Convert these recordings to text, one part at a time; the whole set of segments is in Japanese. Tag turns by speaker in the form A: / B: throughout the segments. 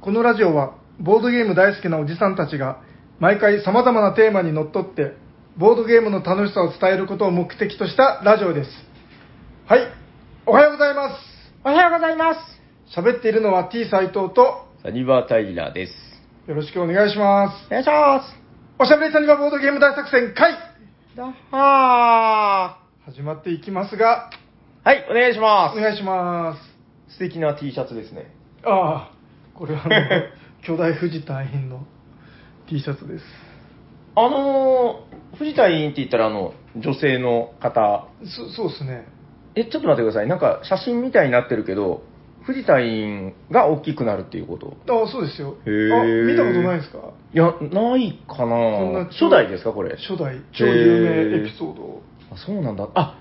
A: このラジオはボードゲーム大好きなおじさんたちが毎回様々なテーマにのっとってボードゲームの楽しさを伝えることを目的としたラジオですはいおはようございま
B: おはようございます。
A: す喋っているのは T 斎藤と
C: サニバータイラーです。
A: よろしくお願いしま
B: お
A: す
B: 願いしま
A: おしゃべりさんにはボードゲーム大作戦会
B: す。だは
A: 始まっていきますが
C: はい、お願いしま
A: お願いします
C: す。素敵な T シャツですね。
A: ああこれはあの巨大藤隊員の T シャツです
C: あのー、藤田委員って言ったら、あの、女性の方。
A: そそうですね
C: え、ちょっと待ってください。なんか、写真みたいになってるけど、藤田委員が大きくなるっていうこと。
A: あそうですよ
C: へえ
A: あ見たことないですか
C: いや、ないか
A: そん
C: な
A: な
C: 初代ですか、これ。
A: 初代超有名エピソードを
C: あそうなんだ。あ、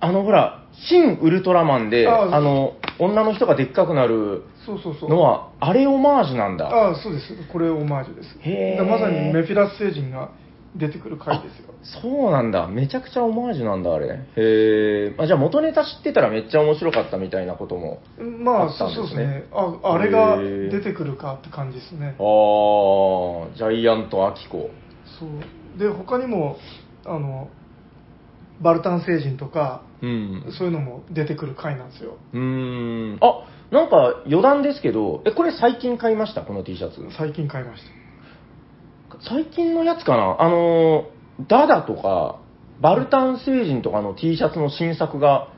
C: あの、ほら、新ウルトラマンで、
A: あそう
C: あの、女の人がでっかくなる
A: そうそうそう
C: のは、あれオマージュなんだ。
A: ああそうですこれオマージュです
C: へえ
A: だからまさにメフィラス星人が出てくる回ですよ
C: そうなんだ。めちゃくちゃオマージュなんだ、あれ。へえ。あ、じゃあ元ネタ知ってたらめっちゃ面白かったみたいなことも。
A: まあ
C: あっ
A: そ
C: た
A: うん
C: で
A: そ
C: すね
A: うですねああれが
C: へえ
A: 出てくるかって感じですね
C: ああ、ジャイアント・アキコ。
A: そうで他にもあのバルタン星人とか
C: うん。
A: そういうのも出てくる回なんですよ
C: うーん。あ、なんか余談ですけど、え、これ最近買いましたこの T シャツ。
A: 最近買いまし
C: 最近のやつかなあのー、ダダとか、バルタン星人とかの T シャツの新作が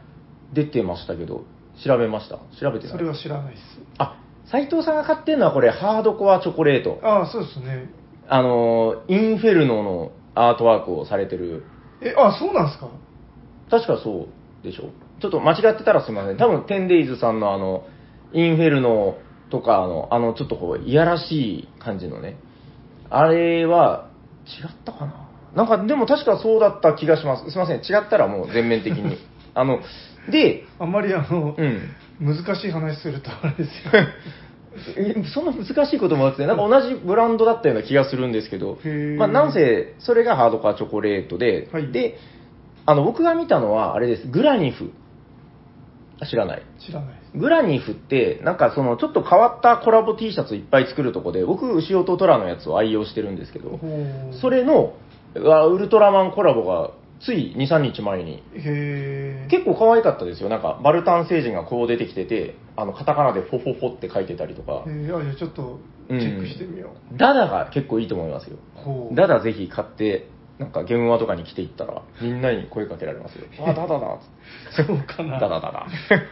C: 出てましたけど、調べました。調べて
A: た
C: ない。
A: それは知らないです
C: あ、斎藤さんが買ってるのはこれ、ハードコアチョコレート。
A: ああそうですね
C: あのー、インフェルノのアートワークをされてる。
A: えあそうなんですか
C: 確かそうでしょちょっと間違ってたらすみません。多分、テンデイズさんのあの、インフェルノとかあの、あの、ちょっとこう、いやらしい感じのね。あれは、違ったかななんか、でも確かそうだった気がします。すみません。違ったらもう全面的に。あの、で、
A: あんまりあの、
C: うん。
A: 難しい話するとあれです よへ
C: えそんな難しいこともあって、なんか同じブランドだったような気がするんですけど
A: へー、
C: まあ、なんせ、それがハードカーチョコレートで、
A: はい
C: で、あの、僕が見たのは、あれです、グラニフ。あ知らない。
A: 知らないです
C: グラニフって、なんかその、ちょっと変わったコラボ T シャツいっぱい作るとこで、僕、牛尾と虎のやつを愛用してるんですけど、
A: ほう
C: それの、あウルトラマンコラボが、つい2、3日前に
A: へえ
C: 結構可愛かったですよ。なんか、バルタン星人がこう出てきてて、あの、カタカナでフォフォフォって書いてたりとか
A: え、ー、あじゃあちょっとチェックしてみよ
C: ダダが結構いいと思いますよ。
A: う、ほう
C: ダダぜひ買って、なんかゲームワとかに来ていったら、みんなに声かけられますよ。あ、ダダだっ
A: そうか
C: つって。
A: な
C: ダダダ
A: は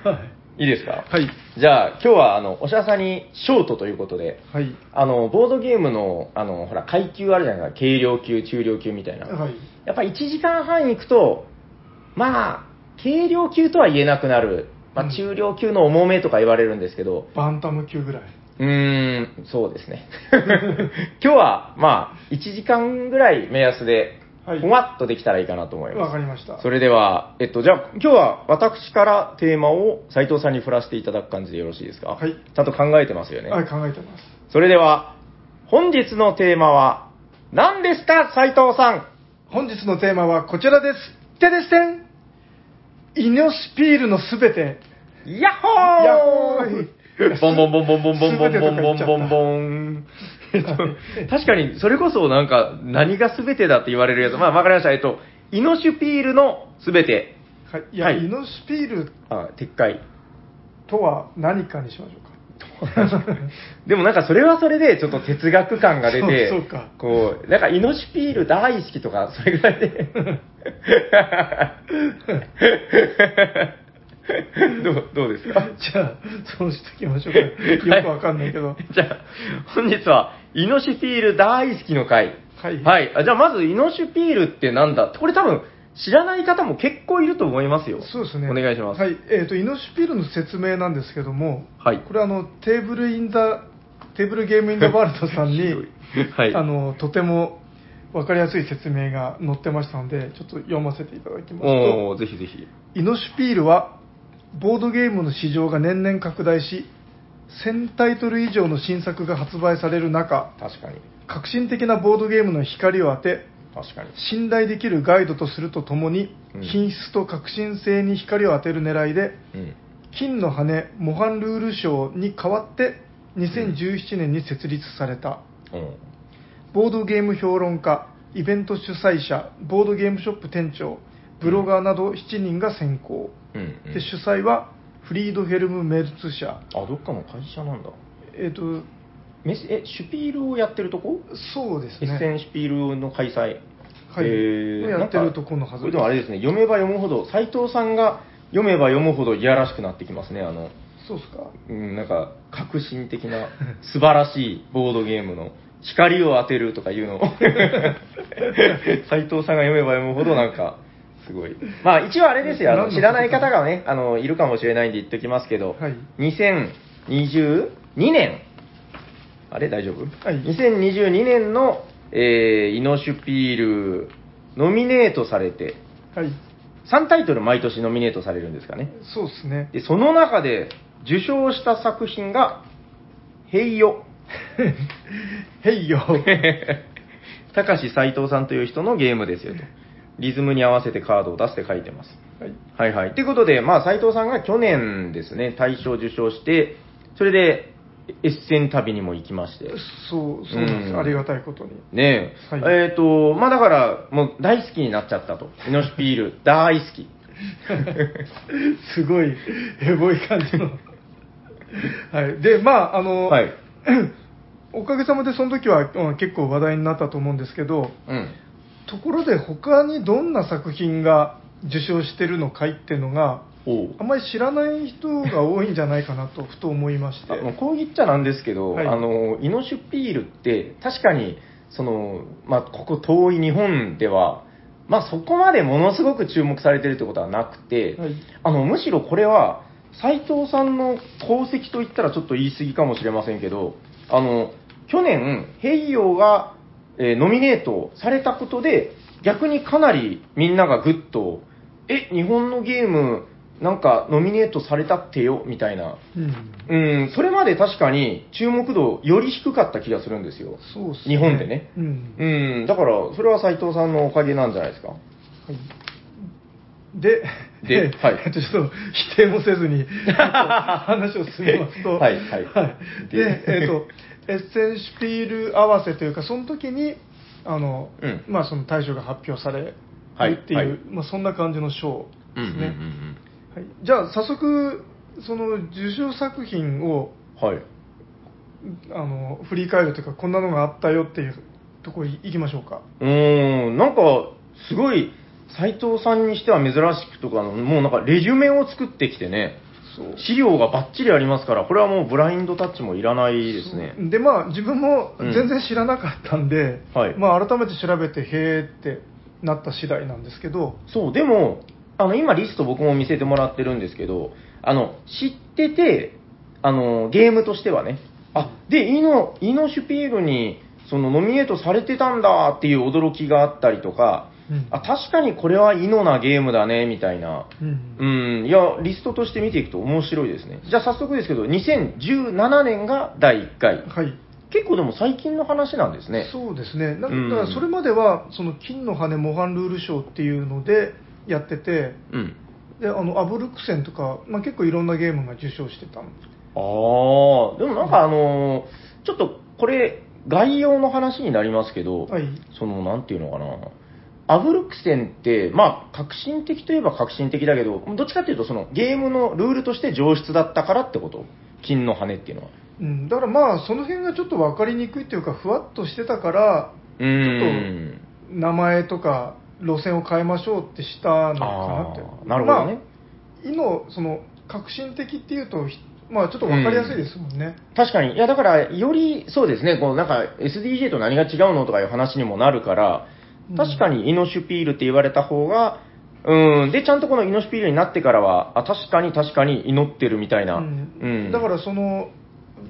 C: ダ。いいですか
A: はい。
C: じゃあ、今日は、あの、おしゃさにショートということで、
A: はい
C: あの、ボードゲームの、あの、ほら、階級あるじゃないですか。軽量級、中量級みたいな。
A: はい
C: やっぱ1時間半行くと、まあ、軽量級とは言えなくなる。ま
A: うん
C: あ、中量級の重めとか言われるんですけど、
A: バンタム級ぐらいう
C: ーん、そうですね。 今日は、まあ、1時間ぐらい目安で
A: はい、
C: ほわっとできたらいいかなと思い
A: わ
C: ま
A: かりました
C: す。それでは、えっと、じゃあ、今日は私からテーマを斉藤さんに振らせていただく感じでよろしいですか
A: はい
C: ちゃんと考えてますよね。
A: はい考えてます
C: それでは、本日のテーマは、何ですか、斉藤さん
A: 本日のテーマはこちらですてでしてんイノシピールのすべて
C: ヤッホー
A: ヤッホー
C: ボンボンボンボンボンボンボンボンボンボンボン。えっと確かに、それこそなんか、何が全てだって言われるやつ。まあ、わかりました。えっと、イノシュピールの全て。
A: はいいや、
C: はい
A: イノシピール
C: あ、撤回。
A: とは何かにしましょうか
C: でもなんかそれはそれでちょっと哲学感が出て、
A: そうそうか
C: こう、なんかイノシピール大好きとか、それぐらいで。どうどうですか
A: じゃ あそうしときましょうか よくわかんないけど、
C: じゃあ、本日は、イノシピール大好きの会。
A: はい
C: あじゃあ、まず、イノシピールってなんだこれ多分、知らない方も結構いると思いますよ。
A: そうですね
C: お願いします。
A: はい。えー、とイノシピールの説明なんですけども、
C: はい
A: これあのテーブル・イン・ザ・テーブル・ゲーム・イン・ザ・ワールドさん
C: ひ
A: に
C: どい はい
A: あのとても分かりやすい説明が載ってましたのでちょっと読ませていただきますと
C: おーぜひぜひ。
A: イノシピールはボードゲームの市場が年々拡大し1000タイトル以上の新作が発売される中
C: 確かに。
A: 革新的なボードゲームの光を当て
C: 確かに。
A: 信頼できるガイドとするとともに、
C: うん
A: 品質と革新性に光を当てる狙いで
C: うん。
A: 金の羽模範ルール賞に代わって2017年に設立された
C: うん。
A: ボードゲーム評論家イベント主催者ボードゲームショップ店長ブロガーなど7人が選考、
C: うん、うん。
A: で主催はフリードヘルム・メルツ社
C: あ、どっかの会社なんだ。
A: えっ、と
C: メスえ、シュピールをやってるとこ
A: そうです
C: エッセ
A: ね
C: ンシュピールの開催。
A: はい
C: えー
A: やってるとこのはず
C: なんかこれでもあれですね、読めば読むほど、斎藤さんが読めば読むほどいやらしくなってきますね、あの、
A: そうっすか
C: うん、なんか、革新的な、素晴らしいボードゲームの、光を当てると かいうのを、斎藤さんが読めば読むほどなんか、すごい。まあ一応あれですよ、あ
A: 何の
C: の
A: こと
C: 知らない方がね、あの、いるかもしれないんで言っときますけど、
A: はい
C: 2022年、あれ大丈夫、
A: はい
C: 2022年の、えーイノシュピール、ノミネートされて、
A: はい
C: 3タイトル毎年ノミネートされるんですかね。
A: そうですね
C: で、その中で受賞した作品が、ヘイ ヨ。
A: へいよ
C: 高橋斎藤さんという人のゲームですよと。リズムに合わせてカードを出すって書いてます。
A: はい
C: はいはい。ということで、まあ、斎藤さんが去年ですね、大賞受賞して、それで、エッセン旅にも行きまして。
A: そうそうなんです、
C: うん
A: ありがたいことに
C: ねえ、
A: はい
C: えっ、と、まあだから、もう大好きになっちゃったと。イノシピール、大好き。
A: すごいエボい感じのはいでまああの、
C: はい
A: おかげさまでその時は、うん結構話題になったと思うんですけど
C: うん。
A: ところで他にどんな作品が受賞してるのかいっていうのが
C: おう
A: あんまり知らない人が多いんじゃないかなとふと思いまして
C: あのこう言っちゃなんですけど、
A: はい
C: あのイノシュピールって確かにその、まあ、ここ遠い日本では、まあ、そこまでものすごく注目されてるってことはなくて、
A: はい
C: あのむしろこれは斎藤さんの功績といったらちょっと言い過ぎかもしれませんけどあの去年「ヘイヨーが、えーノミネートされたことで逆にかなりみんながぐっと「え日本のゲームなんかノミネートされたってよ」みたいな
A: うん
C: うん、それまで確かに注目度より低かった気がするんですよ。
A: そうっす
C: 日本でね
A: うん
C: うん、だから、それは斎藤さんのおかげなんじゃないですか。
A: はいで、
C: で はい
A: ちょっと否定もせ ずに、ちょっと話を進めますと、
C: はいはい
A: で、
C: で
A: えっ、と、エッセンシュピール合わせというか、その時に、あの、
C: うん
A: まあその大賞が発表される
C: はい
A: っていう、
C: はい
A: まあそんな感じの賞
C: う
A: で
C: ん
A: すね。はい、じゃあ、早速、その受賞作品を、
C: うんうん。はい。
A: あの、振り返るというか、こんなのがあったよっていうところに行きましょうか。
C: うーん、なんか、すごい、斎藤さんにしては珍しくとか、もうなんか、レジュメを作ってきてね、
A: そう
C: 資料がバッチリありますから、これはもうブラインドタッチもいらないですね。
A: でまあ自分も
C: うん
A: 全然知らなかったんで、
C: はい
A: まあ改めて調べてへえってなった次第なんですけど
C: そう、でも、あの、今リスト僕も見せてもらってるんですけど、あの、知ってて、あの、ゲームとしてはね、あ、で、イノ、イノシュピールに、その、ノミネートされてたんだっていう驚きがあったりとか、
A: うん
C: あ、確かにこれはイノなゲームだね、みたいな。
A: うん
C: うん、いや、リストとして見ていくと面白いですね。じゃあ早速ですけど、2017年が第1回。
A: はい、
C: 結構でも最近の話なんですね。
A: そうですねな
C: うん
A: んだからそれまではその金の羽模範ルール賞っていうのでやってて
C: うん。
A: であのアブルクセンとか、まあ、結構いろんなゲームが受賞してたの
C: ああ、でもなんかあのーちょっとこれ、概要の話になりますけど、
A: はい
C: その、なんていうのかな、アブルクセンって、まあ、革新的といえば革新的だけど、どっちかっていうと、その、ゲームのルールとして上質だったからってこと金の羽っていうのは。
A: うん、だからまあその辺がちょっと分かりにくいっていうかふわっとしてたから
C: うーん。
A: 名前とか路線を変えましょうってしたのかなって
C: あーなるほどね
A: まあ、いのその革新的っていうとひまあちょっと分かりやすいですもんね、
C: 確かに。いや、だから、より、そうですね、こう、なんか、SDJ と何が違うのとかいう話にもなるから
A: うん、
C: 確かにイノシュピールって言われた方が、うん、で、ちゃんとこのイノシュピールになってからは、あ、確かに確かに祈ってるみたいな。
A: うん
C: うん
A: だからその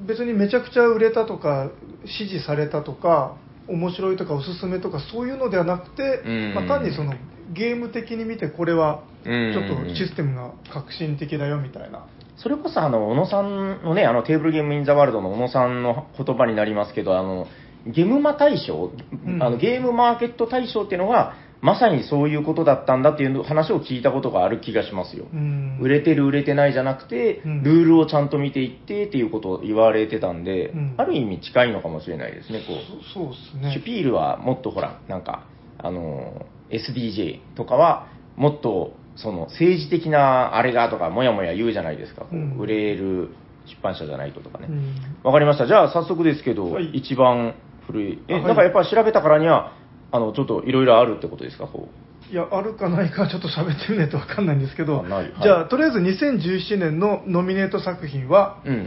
A: 別にめちゃくちゃ売れたとか支持されたとか面白いとかおすすめとかそういうのではなくて、
C: うん
A: まあ、単にそのゲーム的に見てこれはち
C: うん
A: ょっとシステムが革新的だよみたいな、
C: それこそ、あの、小野さんのね、あの、テーブルゲームインザワールドの小野さんの言葉になりますけど、あの、ゲムマ大賞、
A: うん
C: あのゲームマーケット大賞っていうのが、まさにそういうことだったんだっていう話を聞いたことがある気がしますよ。
A: うん
C: 売れてる売れてないじゃなくて、
A: うん
C: ルールをちゃんと見ていってっていうことを言われてたんで、
A: うん
C: ある意味近いのかもしれないですね、こう。
A: そそうです
C: シ
A: ね
C: ュピールはもっとほら、なんか、あのー、SDJ とかは、もっと、その、政治的なあれがとか、もやもや言うじゃないですか。こう
A: うん
C: 売れる出版社じゃないととかね
A: う。ん
C: わ、かりました。じゃあ、早速ですけど、
A: はい
C: 一番古い。え、
A: はい
C: なんかやっぱ調べたからには、あの、ちょっといろいろあるってことですか、こう。
A: いやあるかないかちょっと喋ってみないとわかんないんですけど、
C: あないはい
A: じゃあとりあえず2017年のノミネート作品は、
C: うんうんう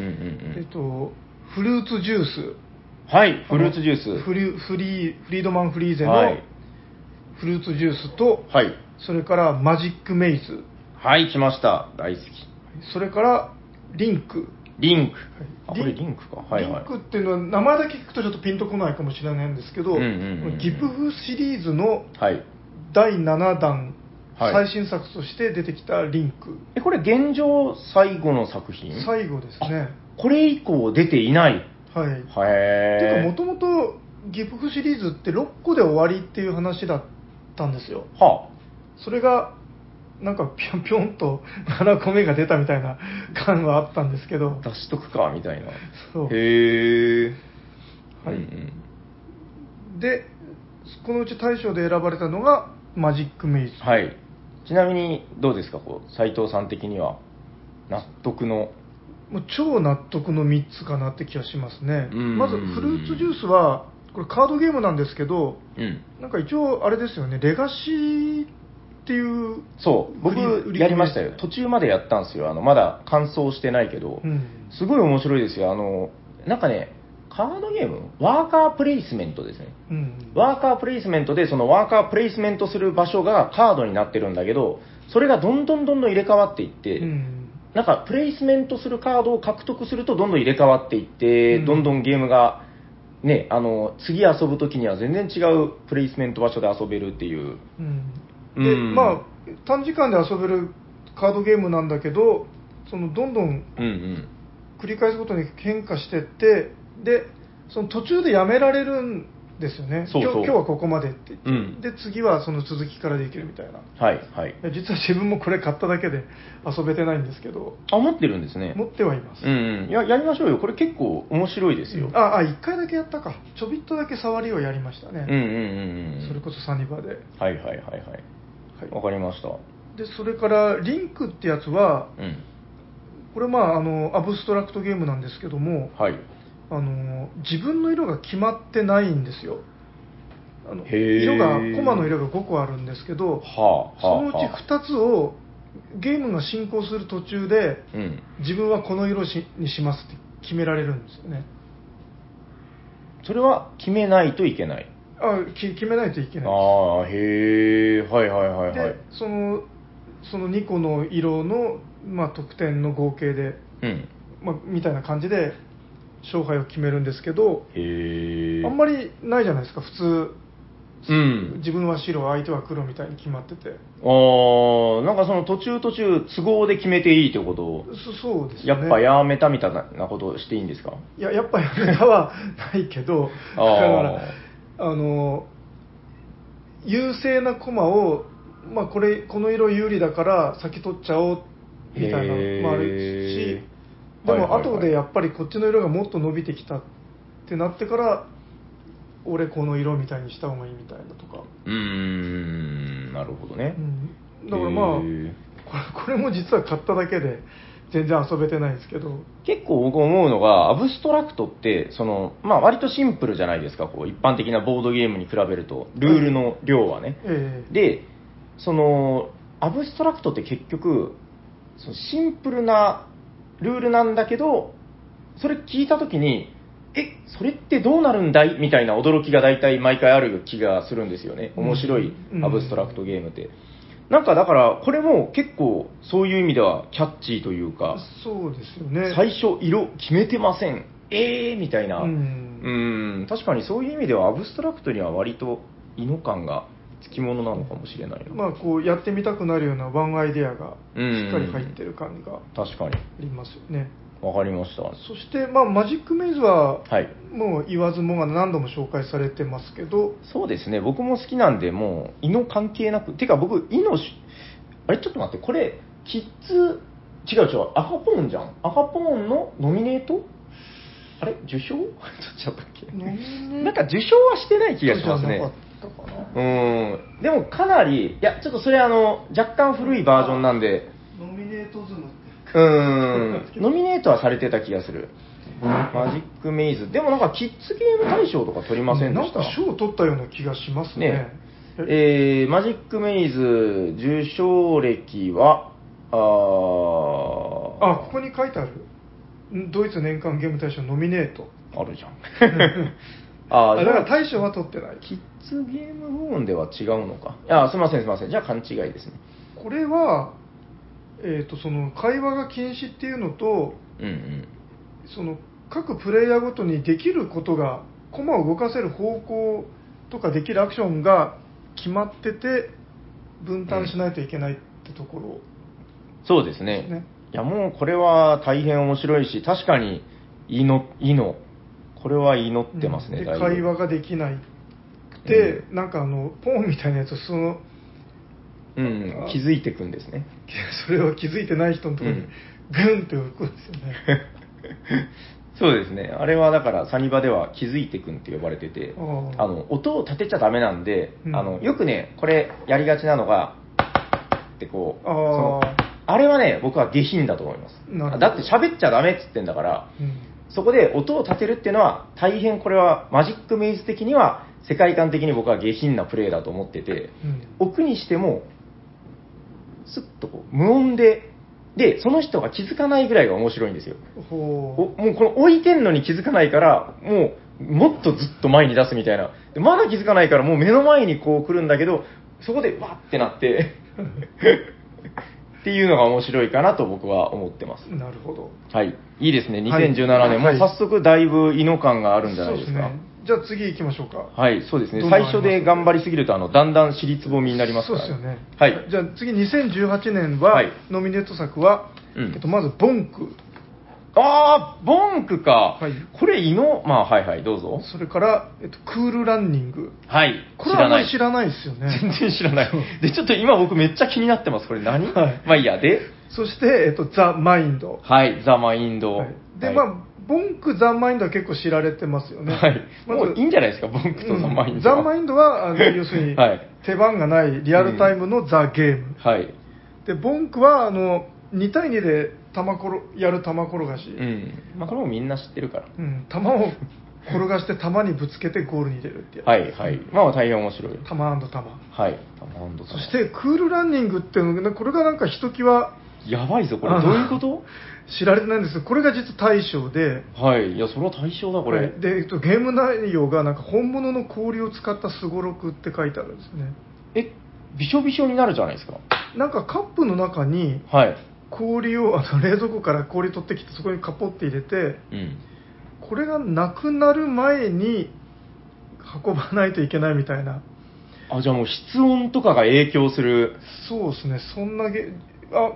A: えっ
C: ん
A: と、フルーツジュース
C: うん。はい、フルーツジュース。
A: フリフリーフリードマン・フリーゼの
C: はい。
A: フルーツジュースと、
C: はい。
A: それからマジック・メイズ
C: はい、来ました。大好き。
A: それからリンク、
C: リンク。あ、こ
A: リン
C: れリンクか。はいはい。
A: リンクっていうのは名前だけ聞くとちょっとピンとこないかもしれないんですけど、
C: うんうんうんうん
A: ギブフシリーズの
C: はい。
A: 第7弾、
C: はい
A: 最新作として出てきたリンク、
C: え、これ現状最後の作品
A: 最後ですね。
C: これ以降出ていない。
A: はい、ていうか、
C: へ
A: もともとギブフシリーズって6個で終わりっていう話だったんですよ。
C: ー。は
A: それがなんかぴょんぴょんと7個目が出たみたいな感はあったんですけど
C: あ、、出しとくか、みたいな。へ
A: そう
C: え。
A: はい
C: うん
A: で、このうち大賞で選ばれたのがマジック・メイズ
C: うん、はい。ちなみに、どうですか、こう、斎藤さん的には、納得の。
A: もう超納得の3つかなって気がしますね、
C: うん
A: まずフルーツジュースは、これ、カードゲームなんですけど、
C: うん。
A: なんか一応、あれですよね、レガシーっていう、
C: そう、
A: 売り売り込
C: 僕、
A: み
C: やりましたよ。途中までやったんですよ。あの、まだ完走してないけど
A: う、ん、
C: すごい面白いですよ。あの、なんかね、カードゲームワーカープレイスメントですね。
A: うん、
C: ワーカープレイスメントで、そのワーカープレイスメントする場所がカードになってるんだけど、それがどんどんどんどん入れ替わっていって、
A: うん、
C: なんかプレイスメントするカードを獲得するとどんどん入れ替わっていって、
A: うん
C: どんどんゲームが、ね、あの、次遊ぶ時には全然違うプレイスメント場所で遊べるっていう。
A: うん
C: う
A: で、
C: ん
A: まあ、短時間で遊べるカードゲームなんだけど、そのどんどん
C: うんうん。
A: 繰り返すことに変化してって、で、その途中でやめられるんですよね、
C: そうそ
A: 今
C: う
A: 日今日はここまでって、
C: うん
A: で次はその続きからできるみたいな。
C: はい、はい。
A: いや実は自分もこれ買っただけで遊べてないんですけど、
C: あ、持ってるんですね。
A: 持ってはいます。
C: うん、うん。いや、やりましょうよ。これ結構面白いですよ。
A: ああ、1回だけやったか。ちょびっとだけ触りをやりました
C: うんうん
A: ね。
C: うんうん。
A: それこそサニバで。は
C: はいはいはいはい。わ
A: い、
C: かりました。
A: で、それから、リンクってやつは、
C: うん。
A: これまあ、あの、アブストラクトゲームなんですけども、
C: はい。
A: あの、自分の色が決まってないんですよ。あの
C: へー
A: 色が、コマの色が5個あるんですけど
C: は、あ、はあ、
A: そのうち
C: はあ
A: 2つを、ゲームが進行する途中で、
C: うん。
A: 自分はこの色しにしますって決められるんですよね
C: それは決めないといけない。
A: あき決めないといけない
C: ああ、へえ、はいはいは
A: で
C: い
A: す
C: はい。
A: でそのその2個の色の、まあ、得点の合計で、
C: うん。
A: まあ、みたいな感じで勝敗を決めるんですけど
C: へえ。
A: あんまりないじゃないですか普
C: う
A: 通
C: ん。
A: 自分は白相手は黒みたいに決まってて
C: ああ、なんかその途中途中都合で決めていいってことを、
A: そそうです
C: や
A: よ
C: っ
A: ね
C: ぱやめたみたいなことをしていいんですか
A: いややっぱやめたはないけどだ
C: あ
A: か
C: ー
A: らあの優勢な駒を、まあ、これこの色有利だから先取っちゃおうみたいなのもある
C: へ
A: し
C: ー
A: でも
C: はいはいはい
A: 後でやっぱりこっちの色がもっと伸びてきたってなってから俺この色みたいにした方がいいみたいなとか、
C: うーん、なるほどね
A: う。ん、だからまあ
C: へー
A: これこれも実は買っただけで全然遊べてないんですけど
C: 結構僕思うのが、アブストラクトって、その、まあ割とシンプルじゃないですか、こう、一般的なボードゲームに比べると、ルールの量はね。
A: ええ
C: で、その、アブストラクトって結局、そのシンプルなルールなんだけど、それ聞いたときに、え、それってどうなるんだいみたいな驚きが大体毎回ある気がするんですよね。面白い
A: うん
C: アブストラクトゲームって。なんかだから、これも結構そういう意味ではキャッチーというか、
A: そうですよね
C: 最初色決めてません。えーみたいな。
A: う
C: うんん、確かにそういう意味ではアブストラクトには割と異能感がつきものなのかもしれないな。
A: まあこうやってみたくなるようなワンアイデアがしっかり入ってる感じがあ
C: 確かに。
A: りますよね。
C: わかりました。
A: そして、まあ、マジックメイズは、
C: はい。
A: もう言わずもがな何度も紹介されてますけど、
C: そうですね、僕も好きなんで、もう、胃の関係なく。てか、僕、胃のし、あれ、ちょっと待って、これ、キッズ、違う違う、赤ポーンじゃん。赤ポーンのノミネートあれ受賞ちょっと違ったっけなんか受賞はしてない気がしますね
A: じゃな。かったかな
C: うーん。でも、かなり、いや、ちょっとそれ、あの、若干古いバージョンなんで、
A: ノミネートズムって
C: うーん、ノミネートはされてた気がする。マジックメイズ。でもなんか、キッズゲーム大賞とか取りませんでした。
A: なんか賞を取ったような気がしますね。
C: ねえーマジックメイズ受賞歴は、あ
A: あ、
C: あ
A: ここに書いてある。ドイツ年間ゲーム大賞ノミネート。
C: あるじゃん。 あ
A: あ
C: ー
A: だ
C: じ
A: か
C: ゃ
A: ら
C: あ
A: 大賞は取ってない。
C: キッズゲーム部門では違うのか。あーすいません、すいません。じゃあ勘違いですね。
A: これは、えっ、と、その会話が禁止っていうのと、
C: うんうん。
A: その各プレイヤーごとにできることが、コマを動かせる方向とかできるアクションが決まってて、分担しないといけないってところ。
C: そうですね。
A: ね
C: いや、もうこれは大変面白いし、確かに、いいの、いいの。これは祈ってますね、
A: で
C: だいぶ
A: 会話ができないで、
C: う
A: なんかあのポーンみたいなやつその
C: うんうん、気づいてくんですね。
A: それを気づいてない人のところに
C: うん
A: グンって浮くんですよね
C: そうですね。あれはだから、サニバでは気づいてくんって呼ばれてて、
A: あー
C: あの、音を立てちゃダメなんで、
A: うん
C: あの、よくね、これやりがちなのが、ってこう、
A: あー
C: そのあれはね、僕は下品だと思います
A: なるほ。ど
C: だって喋っちゃダメっつってんだから、
A: うん
C: そこで音を立てるっていうのは、大変これはマジックメイズ的には、世界観的に僕は下品なプレイだと思ってて、
A: うん
C: 奥にしても、スッとこう無音で、で、その人が気づかないぐらいが面白いんですよ。お
A: ほ
C: もうこの置いてんのに気づかないから、もうもっとずっと前に出すみたいな。でまだ気づかないから、もう目の前にこう来るんだけど、そこでわってなって、 っていうのが面白いかなと僕は思ってます。
A: うなるほど
C: はい。いいですね。2017年、
A: はい
C: もう
A: はい
C: 早速だいぶ異能感があるんじゃないですか。
A: そうねじゃあ次行きましょうか
C: はい、そうですね
A: ど。んどんあ
C: 最
A: ります
C: 初で頑張りすぎると、あの、だんだん尻つぼみになります
A: そ
C: か
A: うで
C: ら。
A: すよね
C: はい。
A: じゃあ次2018年は、
C: はい
A: ノミネート作は、
C: うん
A: えっと、まずボンク
C: あー、ボンクか。
A: はい
C: これ、イノ、まあ、はいはい、どうぞ。
A: それから、えっと、クールランニング
C: はい。
A: これはあんまり
C: 知
A: 知
C: ら
A: らないですよ
C: な
A: ね
C: い。全然知らない。で、ちょっと今僕めっちゃ気になってます。これ何、
A: はい
C: まあいいや、で、
A: そして、えっと、ザ・マインド
C: はい、ザ・マインド。
A: はいで、
C: はい
A: まあ、ボンク・ザ・マインドは結構知られてますよね。
C: はい。
A: まず
C: もういいんじゃないですか、ボンクとザ・マインドは。
A: うんザ・マインドは、あ の要するに、
C: はい
A: 手番がないリアルタイムのザ・ゲーム。
C: はい。
A: で、ボンクは、あの、2対2で玉ころやる玉転がし。
C: うん。まあ、これもみんな知ってるから。
A: うん玉を転がして玉にぶつけてゴールに入れるってやつ。
C: はい、はい。まあ、大変面白い。
A: 玉玉。
C: はい。ザマインド
A: そして、クールランニングっていうのが、これがなんかひときわ
C: やばいぞ、これ。
A: あの
C: どういうこと
A: 知られてないんですけどこれが実は大賞で、
C: はい。いや、それは対象だ、これ。
A: はいで、えっと、ゲーム内容がなんか本物の氷を使ったすごろくって書いてあるんですね
C: え、びしょびしょになるじゃないですか。
A: なんかカップの中に
C: はい。
A: 氷をあの冷蔵庫から氷取ってきてそこにカポって入れて
C: うん。
A: これがなくなる前に運ばないといけないみたいな
C: あ、じゃあもう室温とかが影響する。
A: そうですねそんなゲあ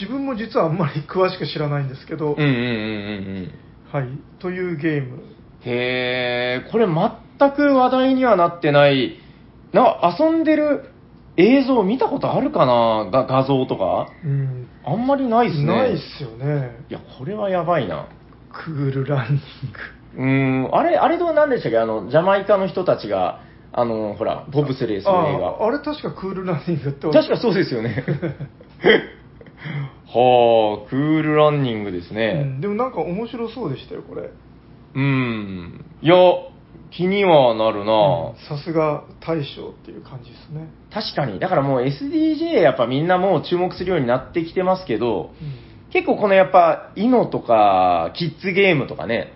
A: 自分も実はあんまり詳しく知らないんですけど、
C: うんうんうんうんうん。
A: はいというゲーム
C: へえ、これ全く話題にはなってない。なんか遊んでる映像見たことあるかなが画像とか
A: うん
C: あんまりないですね。
A: ないっすよね
C: いや、これはやばいな。
A: クールランニン
C: うーん、あれ、あれとは何でしたっけあの、ジャマイカの人たちが、あの、ほら、ボブスレー
A: グ
C: する映画。
A: ああれ確かクールランニングって
C: 確かそうです よね。はあ、クールランニングです
A: う
C: ね。
A: んでもなんか面白そうでしたよこれ
C: うん。いや、気にはなる
A: う
C: な、
A: んさすが大将っていう感じですね、
C: 確かに。だからもう SDJ やっぱみんなもう注目するようになってきてますけど、結構このやっぱ、イノとか、キッズゲームとかね、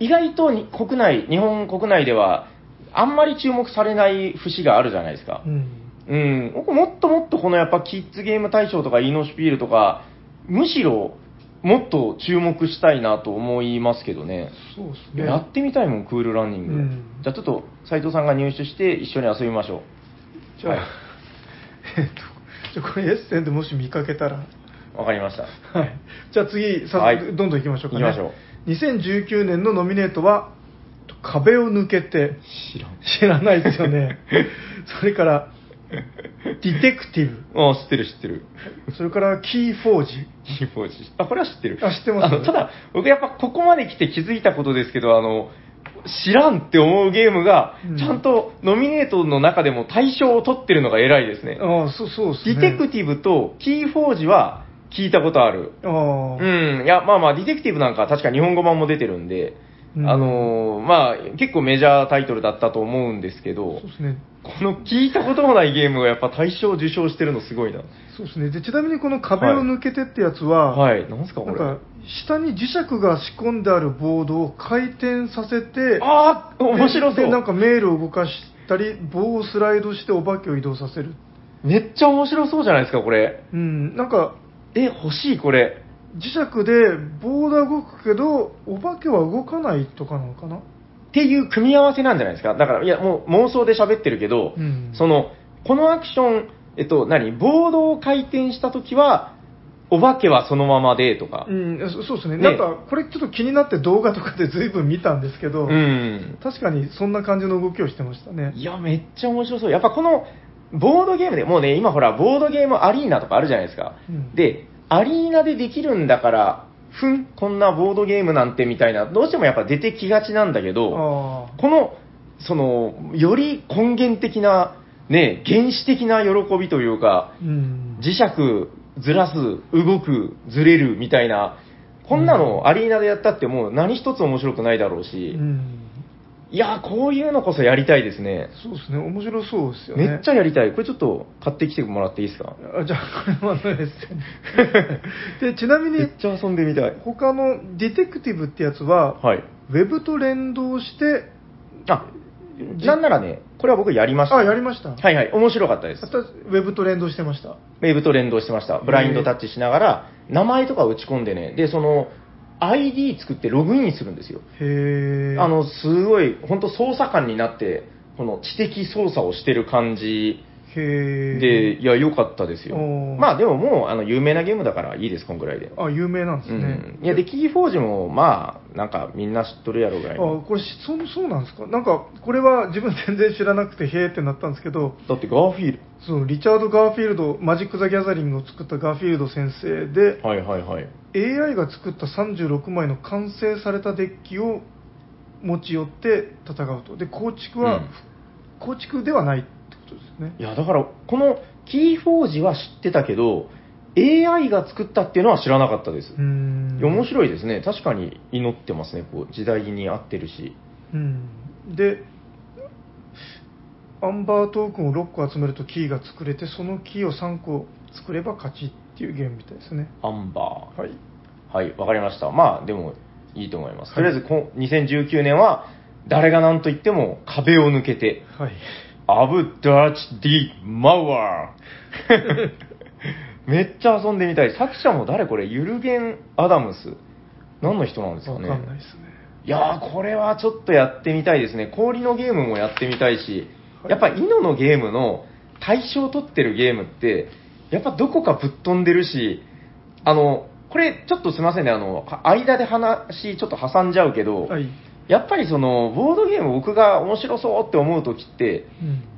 C: 意外とに国内、日本国内では、あんまり注目されない節があるじゃないですか。
A: うん
C: うん、僕もっともっとこのやっぱキッズゲーム大賞とかイノシュピールとか、むしろもっと注目したいなと思いますけどね。
A: そうですね
C: やってみたいもん、クールランニング。
A: うん
C: じゃあちょっと斉藤さんが入手して一緒に遊びましょ
A: じゃあ、
C: はい
A: えっとじゃあこれエッセンでもし見かけたら
C: う。わかりました。
A: はい、じゃあ次、早速、
C: はい
A: どんどん行きましょうかね。
C: 行きましょ
A: 2019年のノミネートは、壁を抜けて、
C: 知らん。
A: 知らないですよ ね。それから、ディテクティブ。
C: あ知ってる知ってる。
A: それから、キーフォージ。
C: キーボージあ、これは知ってる。
A: あ知ってます
C: あのただ、僕やっぱここまで来て気づいたことですけど、あの、知らんって思うゲームが
A: うん、
C: ちゃんとノミネートの中でも大賞を取ってるのが偉いですね。
A: ああ、そうそうです
C: デ
A: ね。
C: ィテクティブとキーフォージは聞いたことある。
A: ああ、
C: うん、いや、まあまあ、ディテクティブなんか確か日本語版も出てるんで、
A: うん
C: あのーまあ、結構メジャータイトルだったと思うんですけ
A: そ
C: ど
A: う、ですね。
C: この聞いたこともないゲームがやっぱ大賞受賞してるのすごいな。
A: そうですね。で、ちなみにこの壁を抜けてってやつは、
C: はい、なんすかこ
A: なん
C: れ。
A: か、下に磁石が仕込んであるボードを回転させて、
C: ああ、面白そ
A: ででなん
C: う。
A: か迷路を動かしたり、棒をスライドしてお化けを移動させる。
C: めっちゃ面白そうじゃないですか、これ。
A: うん、なんか、
C: え、欲しい、これ。
A: 磁石でボーダー動くけど、お化けは動かないとかなのかな
C: っていう組み合わせなんじゃないですか。だから、いや、もう妄想で喋ってるけど、
A: うん
C: その、このアクション、えっと、何ボードを回転したときは、お化けはそのままでとか
A: う。ん、そそうですね。な
C: ね
A: んか、これちょっと気になって動画とかで随分見たんですけど、
C: うん。
A: 確かにそんな感じの動きをしてましたね。
C: いや、めっちゃ面白そう。やっぱこの、ボードゲームで、もうね、今ほら、ボードゲームアリーナとかあるじゃないですか。
A: うん
C: で、アリーナでできるんだから、ふん、こんなボードゲームなんてみたいな、どうしてもやっぱ出てきがちなんだけど、
A: ああ、
C: この、その、より根源的な、ね、原始的な喜びというか、
A: うん。
C: 磁石ずらす、動く、ずれるみたいな、こんなのアリーナでやったってもう何一つ面白くないだろう
A: う
C: し、
A: ん、
C: いや、こういうのこそやりたいですね。
A: そうですね。面白そうですよね。
C: めっちゃやりたい。これちょっと買ってきてもらっていいですか
A: あじゃあ、これもないですね。 で、ちなみ
C: め
A: に
C: っ、ちゃ遊んでみたい。
A: 他のディテクティブってやつは、
C: はい。
A: ウェブと連動して、
C: あ、なんならね、これは僕やりました。
A: あ、やりました。
C: はいはい。面白かったです
A: あ。とウェブと連動してました。
C: ウェブと連動してました。ブラインドタッチしながら、名前とか打ち込んでね、で、その、ID 作ってログインするんですよ。
A: へー
C: あ、の、すごい、本当捜査官になって、この知的操作をしてる感じ
A: へー
C: で、いや、良かったですよ
A: おー。
C: まあでももう、あの、有名なゲームだからいいです、こんぐらいで。
A: あ、有名なんですね。
C: うん、いや、で、キーフォージも、まあ、なんかみんな知っとるやろうぐら
A: あ
C: いの。
A: これしそう、そうなんですかなんか、これは自分全然知らなくて、へーってなったんですけど、
C: だってガーフィール
A: そのリチャード・ガーフィールド、マジック・ザ・ギャザリングを作ったガーフィールド先生で、
C: はいはいはい。
A: AI が作った36枚の完成されたデッキを持ち寄って戦うと。で、構築は、
C: うん
A: 構築ではないってことですね
C: い。や、だから、このキーフォージは知ってたけど、AI が作ったっていうのは知らなかったです。
A: うーん。
C: いや面白いですね。確かに祈ってますね。こう、時代に合ってるし。
A: うん、でアンバートークンを6個集めるとキーが作れてそのキーを3個作れば勝ちっていうゲームみたいですね
C: アンバ
A: はい
C: ー。はい、わかりました。まあ、でも、いいと思いま
A: は
C: す。
A: い
C: とりあえずこ、2019年は、誰が何と言っても壁を抜けて、
A: はい
C: アブ・ダーチ・ディ・マワ ー。めっちゃ遊んでみたい。作者も誰これユルゲン・アダムス。何の人なんですか
A: 分
C: ね。
A: かんないですね
C: いやー、これはちょっとやってみたいですね。氷のゲームもやってみたいし、
A: はい
C: やっぱイノのゲームの対象を取ってるゲームって、やっぱどこかぶっ飛んでるし、あの、これちょっとすいませんね、あの、は間で話ちょっと挟んじゃうけど、
A: はい、うん
C: やっぱりその、ボードゲーム僕が面白そうって思う時って、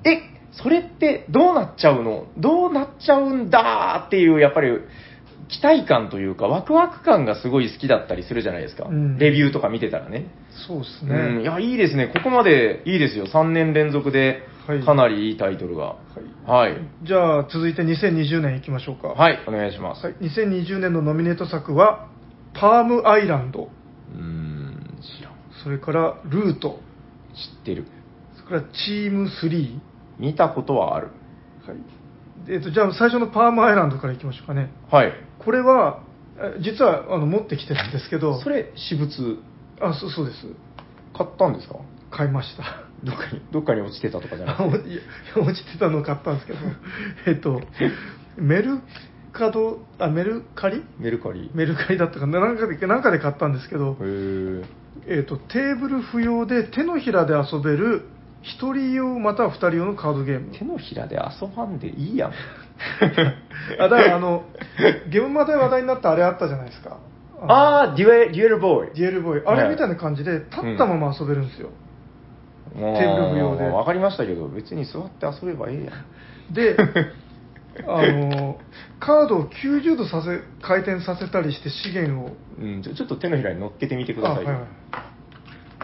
C: え、それってどうなっちゃうのどうなっちゃうんだーっていう、やっぱり、期待感というか、ワクワク感がすごい好きだったりするじゃないですか。
A: うん
C: レビューとか見てたらね。
A: そうですね、
C: うん、いや、いいですね。ここまでいいですよ。3年連続で
A: はい、
C: かなりいいタイトルが。はい。
A: じゃあ続いて2020年いきましょうかは
C: はい、お願いします。
A: い、2020年のノミネート作はパームアイランド
C: うーん、知らん。
A: それからルート
C: 知ってる。
A: それからチーム3、
C: 見たことはある。
A: はいでえっと、じゃあ最初のパームアイランドからいきましょうかね
C: はい。
A: これは、え実はあの持ってきてるんですけど、
C: それ、私物、
A: あそうそうです、
C: 買ったんですか
A: 買いました。
C: どっかに、どっかに落ちてたとかじゃなくて
A: あおいや落ちてたの買ったん ですけど、えっと、メルカド、あメルカリ
C: メルカリ。
A: メルカリだったかな、なんかでなんかで買ったんですけど、
C: へえ。
A: えっと、テーブル不要で手のひらで遊べる、1人用または2人用のカードゲーム。
C: 手のひらで遊ばんでいいやん。
A: あだからあの、ゲームマで話題になったあれあったじゃないですか。あ
C: あー、デュエ、デュエルボーイ。
A: デュエルボーイ。あれみたいな感じで、立ったまま遊べるんですよ。
C: もう
A: テーブル不要で
C: わかりましたけど、別に座って遊べばええやん。
A: で、あの、カードを90度させ、回転させたりして資源を。
C: うん、ちょちょっと手のひらに乗っけてみてください。
A: あはいはい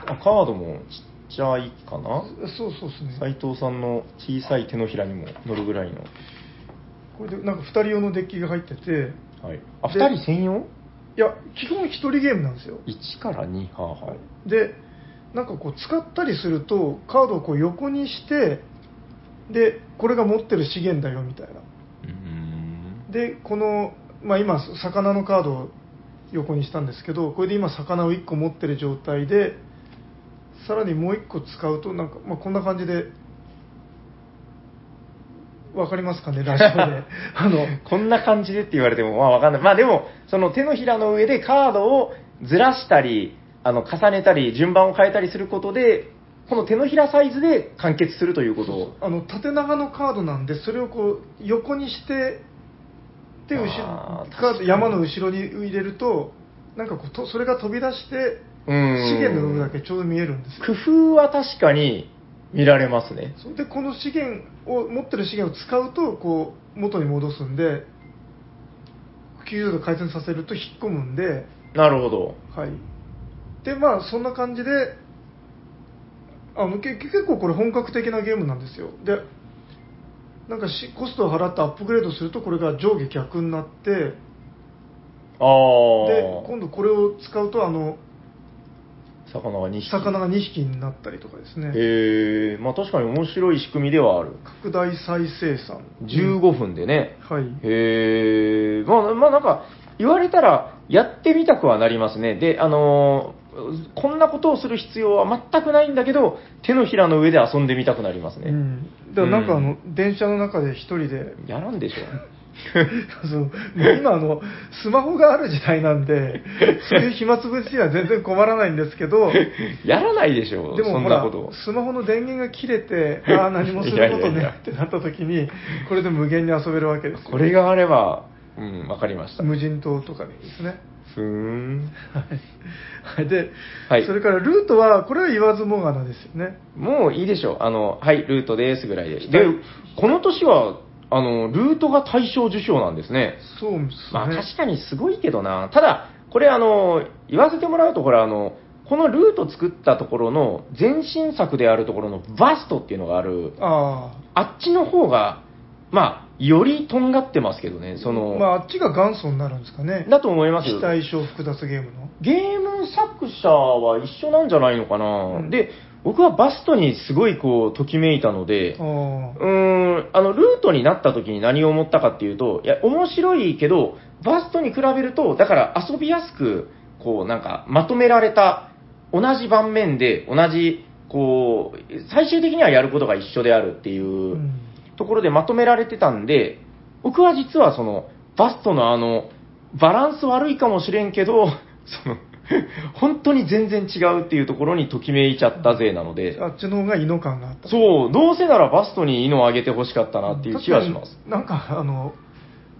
C: あカードもちっちゃいかな
A: そうそうですね。
C: 斉藤さんの小さい手のひらにも乗るぐらいの。
A: これでなんか2人用のデッキが入ってて、
C: はい。あ、
A: で
C: 2人専用
A: いや、基本1人ゲームなんですよ。
C: ?1 から2、はあはあ
A: で、なんかこう、使ったりすると、カードをこう横にして、で、これが持ってる資源だよみたいな。
C: うーん。
A: で、この、まあ、今、魚のカードを横にしたんですけど、これで今、魚を1個持ってる状態で、さらにもう1個使うと、なんか、まあ、こんな感じで、わかりますかね、ラジオ で。あの、
C: こんな感じでって言われても、まあわかんない。まあでも、その手のひらの上でカードをずらしたり、あの、重ねたり、順番を変えたりすることで、この手のひらサイズで完結するということを。
A: あの縦長のカードなんで、それをこう横にして、で後ろ
C: あー
A: カー
C: 確か
A: ド
C: に
A: 山の後ろに入れると、なんかこうとそれが飛び出して、
C: うん
A: 資源の部分だけちょうど見えるんですよ。
C: 工夫は確かに見られますね。
A: それでこの資源を持ってる資源を使うとこう元に戻すんで、90度回転させると引っ込むんで、
C: なるほど。
A: はい。でまあそんな感じで。あのけ結構これ本格的なゲームなんですよでなんかしコストを払ってアップグレードするとこれが上下逆になってで
C: ああ。
A: 今度これを使うとあの
C: 魚が2匹。
A: 魚が2匹になったりとかですね
C: へえ、まあ確かに面白い仕組みではある。
A: 拡大再生産
C: 15分でね。
A: はい
C: へえ、まあ、まあなんか、言われたら、やってみたくはなりますね。で、あのーこんなことをする必要は全くないんだけど、手のひらの上で遊んでみたくなりますね。
A: うん、だからなんかあの、
C: う
A: 電車の中で一人で
C: やらんでしょ。
A: そうもう今あのスマホがある時代なんでそういう暇つぶしには全然困らないんですけ ど
C: やらないでしょ、
A: でも
C: そん
A: ほ
C: な
A: ら
C: こと。、
A: スマホの電源が切れ て、ああ、何もすること
C: いやいやいや
A: ねってなった時に、これで無限に遊べるわけですよ。
C: これがあれば、うん、わかりました。
A: 無人島とかですね。
C: ふーん。
A: はいで、
C: はい
A: それからルートは、これは言わずもがなですよね。
C: もういいでしょ。あの、はい、ルートですぐらいで。で、この年は、あの、ルートが大賞受賞なんですね。
A: そうです
C: まあ
A: ね。
C: 確かにすごいけどな。ただ、これあの、言わせてもらうと、これあの、このルート作ったところの前進作であるところのバストっていうのがある、
A: あ
C: あっちの方が、まあ、よりとんがってますけどね、
A: あ。
C: その、
A: まあ、あっちが元祖になるんですかね。
C: だと思いますよ
A: 非。対称複雑ゲームの。
C: ゲーム作者は一緒なんじゃないのかな、
A: うん
C: で、僕はバストにすごいこう、ときめいたので、
A: あ
C: うーん、あの、ルートになった時に何を思ったかっていうと、いや、面白いけど、バストに比べると、だから遊びやすく、こう、なんか、まとめられた、同じ盤面で、同じ、こう、最終的にはやることが一緒であるってい
A: あ。う
C: うんところでまとめられてたんで、僕は実はその、バストのあの、バランス悪いかもしれんけど、その、本当に全然違うっていうところにときめいちゃったぜなので、
A: あっちの方が異能感があった。
C: そう、どうせならバストに犬をあげてほしかったなっていう気はします
A: 確。かになんか、あの、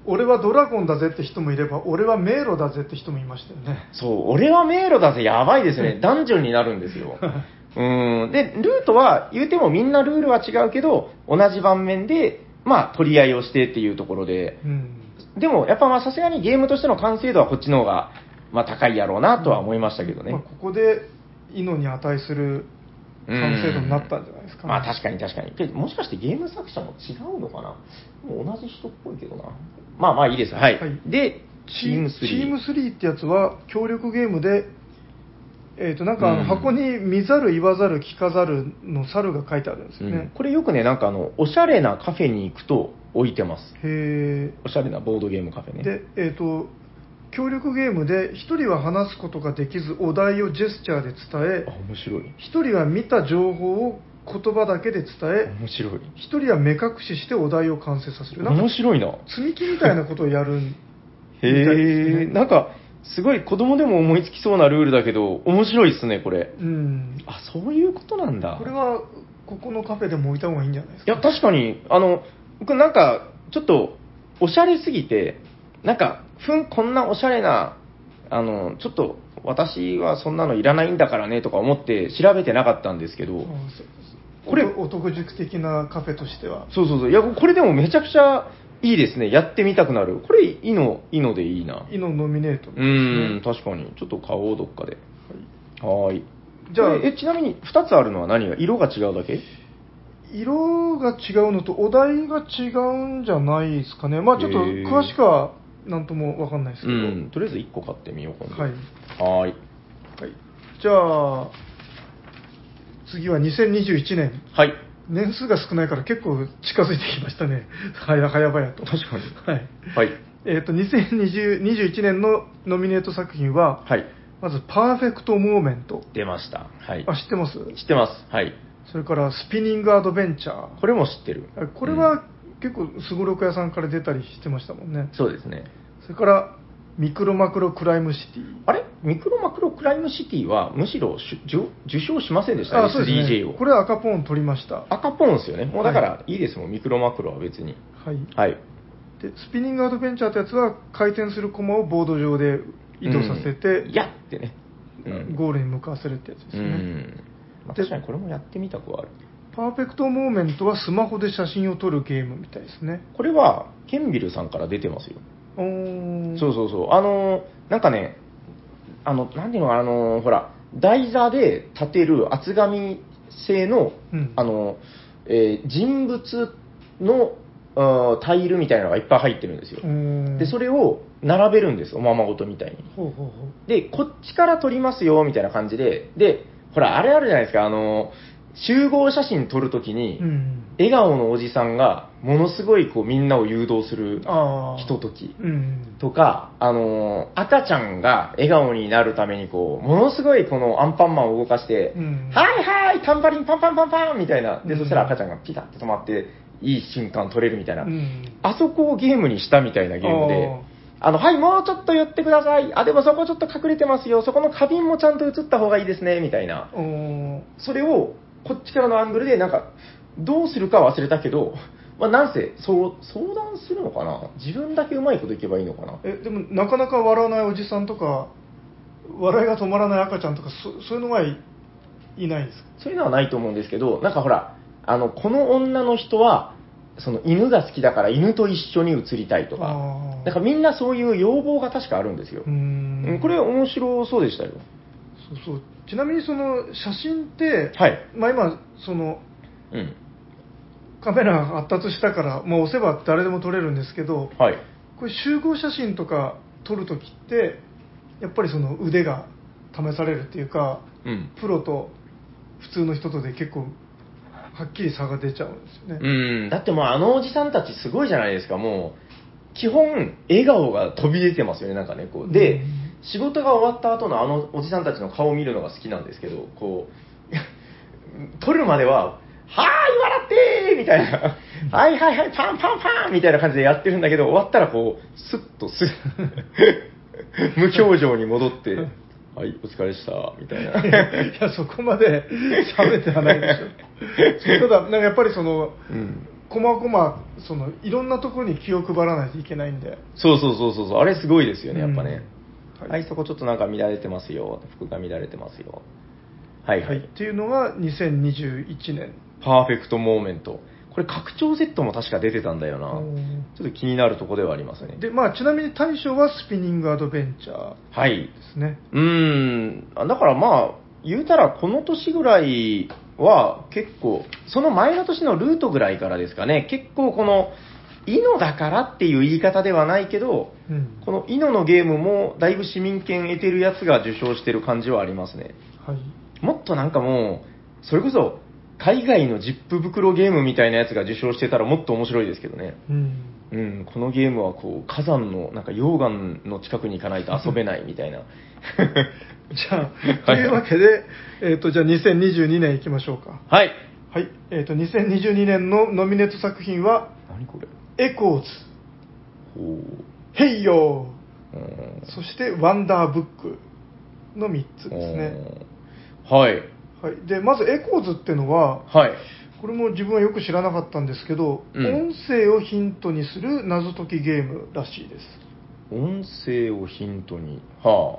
A: 俺はドラゴンだぜって人もいれば、俺は迷路だぜって人もいましたよね。
C: そう、俺は迷路だぜ、やばいですね。ダンジョンになるんで すよ。うん。で、ルートは、言うてもみんなルールは違うけど、同じ盤面で、まあ、取り合いをしてっていうところで、
A: うん。
C: でも、やっぱまあ、さすがにゲームとしての完成度はこっちの方が、まあ、高いやろうなとは思いましたけどね。
A: まあ、ここでイノに値する完成度になったんじゃないですか、
C: まあ確かに確かに。けどもしかしてゲーム作者も違うのかなもう同じ人っぽいけどな。まあまあいいです。はい。
A: はい
C: で、
A: チーム3
C: 3
A: チーム3ってやつは協力ゲームでえー、となんかあの
C: うん
A: 箱に見ざる言わざる聞かざるの猿が書いてあるんですよ
C: うん
A: ね、
C: これよくね、なんかあの、おしゃれなカフェに行くと置いてます。
A: へ
C: おしゃれなボードゲームカフェ
A: え
C: ね。
A: でえっ、と協力ゲームで1人は話すことができずお題をジェスチャーで伝
C: あ、
A: え
C: 面白い。
A: 1人は見た情報を言葉だけで伝え
C: 面白い。
A: 1人は目隠ししてお題を完成させるなんか
C: 面白いな。
A: 積み木みたいなことをやるんみたいです
C: へ
A: ね
C: え、なんか、すごい子供でも思いつきそうなルールだけど、面白いですね、これ。
A: うん
C: あ、そういうことなんだ。
A: これはここのカフェでも置いた方がいいんじゃないです
C: い
A: か
C: や、確かに、あの、僕なんか、ちょっと、おしゃれすぎて、なんか、ふん、こんなおしゃれな、あの、ちょっと、私はそんなのいらないんだからねとか思って調べてなかったんですけど、
A: あそう
C: これ
A: お男塾的なカフェとしては
C: そうそうそう、いや、これでもめちゃくちゃいいですね。やってみたくなる。これ、いいの、いいのでいいな。
A: イノノミネート
C: う
A: ですね
C: ーん、確かに。ちょっと買おう、どっかで。はーい。
A: じゃあ
C: これえ、ちなみに2つあるのは何が色が違うだけ
A: 色が違うのとお題が違うんじゃないですかねまあちょっと
C: へー
A: 詳しくは何とも分かんないです
C: う
A: けど、
C: ん、とりあえず1個買ってみよう、今度。
A: はい、
C: は
A: は
C: ーい。
A: い、じゃあ次は2021年
C: はい。
A: 年数が少ないから結構近づいてきましたね はやはやばやと
C: 確かに
A: はい
C: はい。
A: えっ、と2021年のノミネート作品は、
C: はい。
A: まず「パーフェクト・モーメント
C: 出ました。は」い。
A: あ知ってます
C: 知ってます。はい。
A: それから「スピニング・アドベンチャー
C: これも知ってる」。
A: これ
C: う
A: は
C: ん
A: 結構すごろく屋さんから出たりしてましたもんね
C: そうですね。
A: それから「ミクロ・マクロ・クライム・シティ
C: あれミクロマクロクライムシティはむしろしゅ受受賞しませんでした」
A: あそうですね
C: SDJ を。
A: これは赤ポーン取りました
C: 赤ポンですよね。もうだからいいですもん、ミクロマクロは別に。
A: はい
C: はい。
A: でスピニング・アドベンチャーってやつは回転するコマをボード上で移動させて、
C: うんやってね。うん。
A: ゴールに向かわせるってやつです
C: う
A: ね、
C: ん。まあ
A: で
C: 確かにこれもやってみたくはある。
A: パーフェクトモーメントはスマホで写真を撮るゲームみたいですね
C: これは、ケンビルさんから出てますよ。
A: おー
C: そうそうそう。あのーなんかね、あの、なんていうのかなあのーほら、台座で立てる厚紙製の、
A: うん
C: あのーえー人物のあータイルみたいなのがいっぱい入ってるんですよ。
A: ん
C: で、それを並べるんですよ、おままごとみたいに。
A: ほうほうほ
C: で、こっちから撮りますよ、みたいな感じで、で、ほら、あれあるじゃないですか、あのー集合写真撮るときに、
A: ううん
C: 笑顔のおじさんが、ものすごいこうみんなを誘導する
A: ああ
C: ひととき。
A: うん
C: とか、あのー赤ちゃんが笑顔になるためにこう、ものすごいこのアンパンマンを動かして、
A: うん
C: はいはい、タンバリンパンパンパンパンみたいな。で、
A: うん
C: そしたら赤ちゃんがピタッと止まって、いい瞬間撮れるみたいな。
A: うん
C: あそこをゲームにしたみたいなゲームで、あの、はい、もうちょっと寄ってください。あ、でもそこちょっと隠れてますよ。そこの花瓶もちゃんと映った方がいいですね、みたいな。
A: おー
C: それを、こっちからのアングルで、なんか、どうするかは忘れたけど、まあ、なんせ、そう、相談するのかな自分だけうまいこといけばいいのかな
A: えでもなかなか笑わないおじさんとか笑いが止まらない赤ちゃんとかそそういうのはいいないんですか
C: そういうのはないと思うんですけど、なんかほら、あの、この女の人は、その犬が好きだから犬と一緒に移りたいとか、
A: あ
C: なんかみんなそういう要望が確かあるんですよ
A: う。ん
C: うんこれ面白そうでしたよ。
A: そうそうちなみにその写真って、
C: はい
A: まあ、今その
C: うん。
A: カメラが発達したからもう押せば誰でも撮れるんですけど
C: はい。
A: これ集合写真とか撮るときってやっぱりその腕が試されるっていうか
C: うん。
A: プロと普通の人とで結構はっきり差が出ちゃうんですよね、
C: うん、だってもうあのおじさんたちすごいじゃないですか、もう、基本、笑顔が飛び出てますよね、なんかね、こう。
A: う
C: で
A: ん、
C: 仕事が終わった後のあのおじさんたちの顔を見るのが好きなんですけど、こう、 撮るまでは、はーい、笑ってーみたい な、はいはいはい、パンパンパンみたいな感じでやってるんだけど、終わったらこう、スッとす、 無表情に戻って、 はい、お疲れでした、みたいな。
A: いやそこまで喋ってはないでしょただなんかやっぱりその
C: うん
A: こまごまそのいろんなところに気を配らないといけないんで
C: そうそうそうそうそう、あれすごいですよね、やっぱね。
A: うん
C: はい、そこちょっとなんか乱れてますよ、服が乱れてますよ。はいは。
A: はいい、っていうのが2021年
C: パーフェクトモーメント。これ拡張セットも確か出てたんだよな
A: おー。
C: ちょっと気になるとこではありますね。
A: で、まあ、ちなみに大賞はスピニングアドベンチャーで
C: はい。
A: すね
C: うーん、あだからまあ、言うたらこの年ぐらいは結構、その前の年のルートぐらいからですかね、結構この、イノだからっていう言い方ではないけど、
A: うん
C: このイノのゲームもだいぶ市民権得てるやつが受賞してる感じはありますね。
A: はい
C: もっとなんかもう、それこそ、海外のジップ袋ゲームみたいなやつが受賞してたらもっと面白いですけどね。
A: うん
C: うん、このゲームはこう、火山の、なんか溶岩の近くに行かないと遊べないみたい な。
A: じゃあというわけで、えっとじゃあ2022年いきましょうか
C: はい。
A: はい、えっと2022年のノミネート作品は
C: 何これ
A: 「エコーズ」
C: ほ
A: 「ヘイヨ
C: う。うん
A: ー」そして「ワンダーブック」の3つですね、
C: うんはい。
A: はい、でまずエコーズってのは
C: はい。
A: これも自分はよく知らなかったんですけど、
C: うん
A: 音声をヒントにする謎解きゲームらしいです、
C: 音声をヒントに。は
A: はい、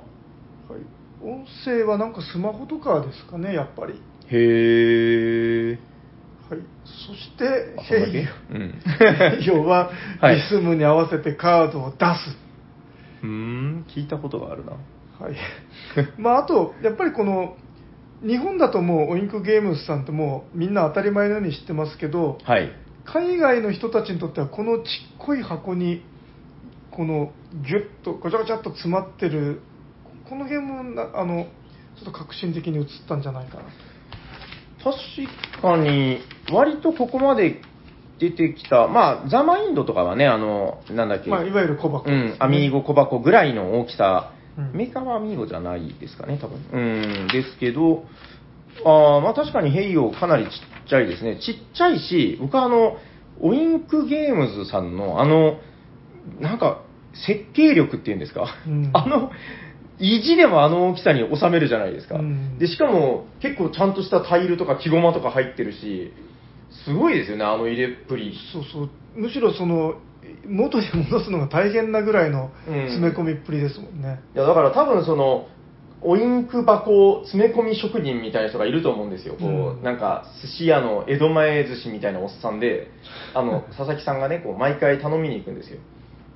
A: 音声はなんかスマホとかですかねやっぱり、
C: あ。へえ。
A: はい、そして
C: あそんだけ
A: ヘイ
C: うん。
A: 要は
C: はい
A: リズムに合わせてカードを出す、
C: うーん、聞いたことがあるな。
A: はいまあ、あと、やっぱりこの日本だともうオインクゲームズさんってもうみんな当たり前のように知ってますけど
C: はい。
A: 海外の人たちにとってはこのちっこい箱にこのギュッとごちゃごちゃっと詰まってるこのゲームなあのちょっと革新的に映ったんじゃないかな
C: 確かに、割とここまで出てきた、まあ、ザ・マインドとかはね、あの、なんだっ
A: と、
C: け、
A: まあ、いわゆる小箱
C: う
A: ですね、
C: ん、アミーゴ小箱ぐらいの大きさ、
A: うん
C: メーカーはアミーゴじゃないですかね、多分。うん、ですけど、あーまあ確かにヘイヨーかなりちっちゃいですね。ちっちゃいし、僕はあの、オインクゲームズさんのあの、なんか、設計力っていうんですか、
A: うん
C: あの、意地でもあの大きさに収めるじゃないですか。
A: うん
C: で、しかも結構ちゃんとしたタイルとか木駒とか入ってるし、すごいですよね、あの入れっぷり。
A: そうそうむしろその元に戻すのが大変なぐらいの詰め込みっぷりですもんね、
C: いやだから多分そのおインク箱詰め込み職人みたいな人がいると思うんですよ、こ
A: うん
C: うなんか寿司屋の江戸前寿司みたいなおっさんで あの佐々木さんがねこう毎回頼みに行くんですよ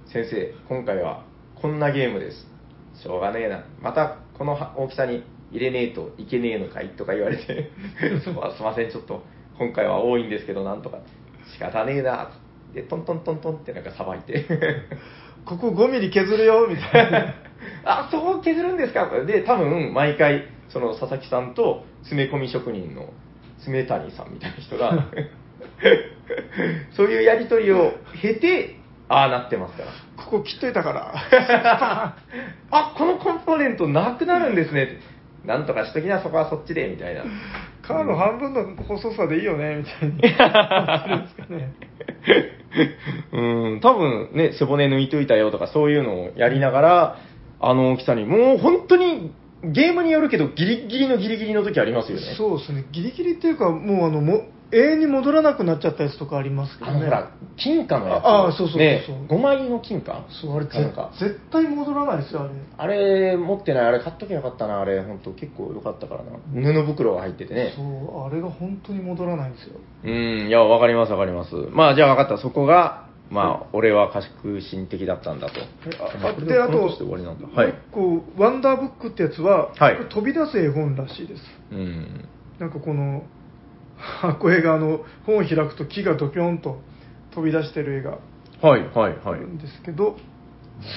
C: 先生今回はこんなゲームですしょうがねえなまたこのは大きさに入れねえといけねえのかいとか言われて そうあすいませんちょっと今回は多いんですけどなんとか仕方ねえなでトントントントンってなんかさばいて
A: ここ5ミリ削るよみたいな
C: あ、そこ削るんですかで、多分、毎回、その、佐々木さんと、詰め込み職人の、詰谷さんみたいな人が、そういうやりとりを経て、ああなってますから。
A: ここ切っといたから
C: あ、このコンポーネントなくなるんですね。なんとかしときな、そこはそっちで、みたいな。
A: カーの半分の細さでいいよねみたいになってるんですかね
C: うん、多分ね、背骨抜いといたよとかそういうのをやりながら、あの大きさに、もう本当にゲームによるけど、ギリギリのギリギリの時ありますよね。
A: そうですねギリギリっていうかもうあのも永遠に戻らなくなっちゃったやつとかありますけど
C: あの
A: ね
C: ほら、金貨のやつ。
A: ああそうそうそう
C: ね
A: そう、
C: 5枚の金貨
A: そうあれぜ
C: なんか。
A: 絶対戻らないですよあれ
C: あれ、持ってない、あれ買っときゃよかったな、あれ、本当結構良かったからな。布袋が入っててね。
A: そうあれが本当に戻らないんですよ
C: うん、いや、わかります、わかります。まあ、じゃあ分かった、そこが、まあ、俺は革新的だったんだと。
A: ああ
C: これ
A: であ
C: この
A: と
C: して終わりなんだ。
A: も
C: は
A: う
C: い。
A: 一個ワンダーブックってやつは、
C: はい
A: これ飛び出す絵本らしいです
C: うん。
A: なんかこの 箱絵があの本を開くと木がドピョンと飛び出してる絵が
C: はい、はい、
A: あ
C: はい。
A: るんですけど、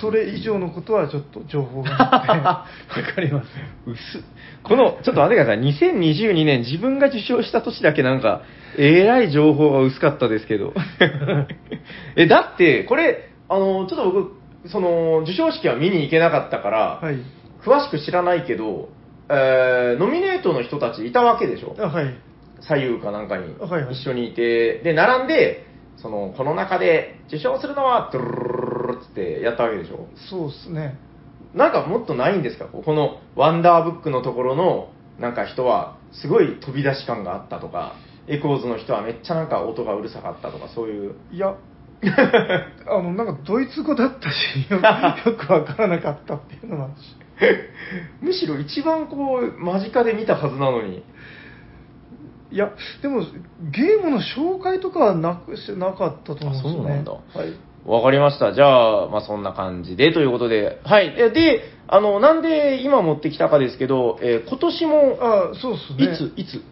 A: それ以上のことはちょっと情報がなくてわかりません
C: 薄っこの、ちょっと待ってください。2022年自分が受賞した年だけなんか、えらい情報が薄かったですけど。え、だって、これ、あの、ちょっと僕、その、受賞式は見に行けなかったから、
A: はい
C: 詳しく知らないけど、えーノミネートの人たちいたわけでしょ
A: あはい
C: 左右かなんかに
A: はいはい
C: 一緒にいて、で、並んで、その、この中で受賞するのは、ドゥルルルルルルってやったわけでしょ
A: そうですね
C: なんかもっとないんですかここのワンダーブックのところのなんか人はすごい飛び出し感があったとか、エコーズの人はめっちゃなんか音がうるさかったとかそういう。
A: いや あのなんかドイツ語だったしよよくわからなかったっていうのもあるし
C: むしろ一番こう間近で見たはずなのに。
A: いやでもゲームの紹介とかはなくしてなかったと思うんですよね
C: あそうなんだ
A: はい
C: わかりました。じゃあ、まあそんな感じでということで。はい。で、であの、なんで今持ってきたかですけど、えー今年も、
A: あそう
C: い
A: ですね
C: つ、いつ、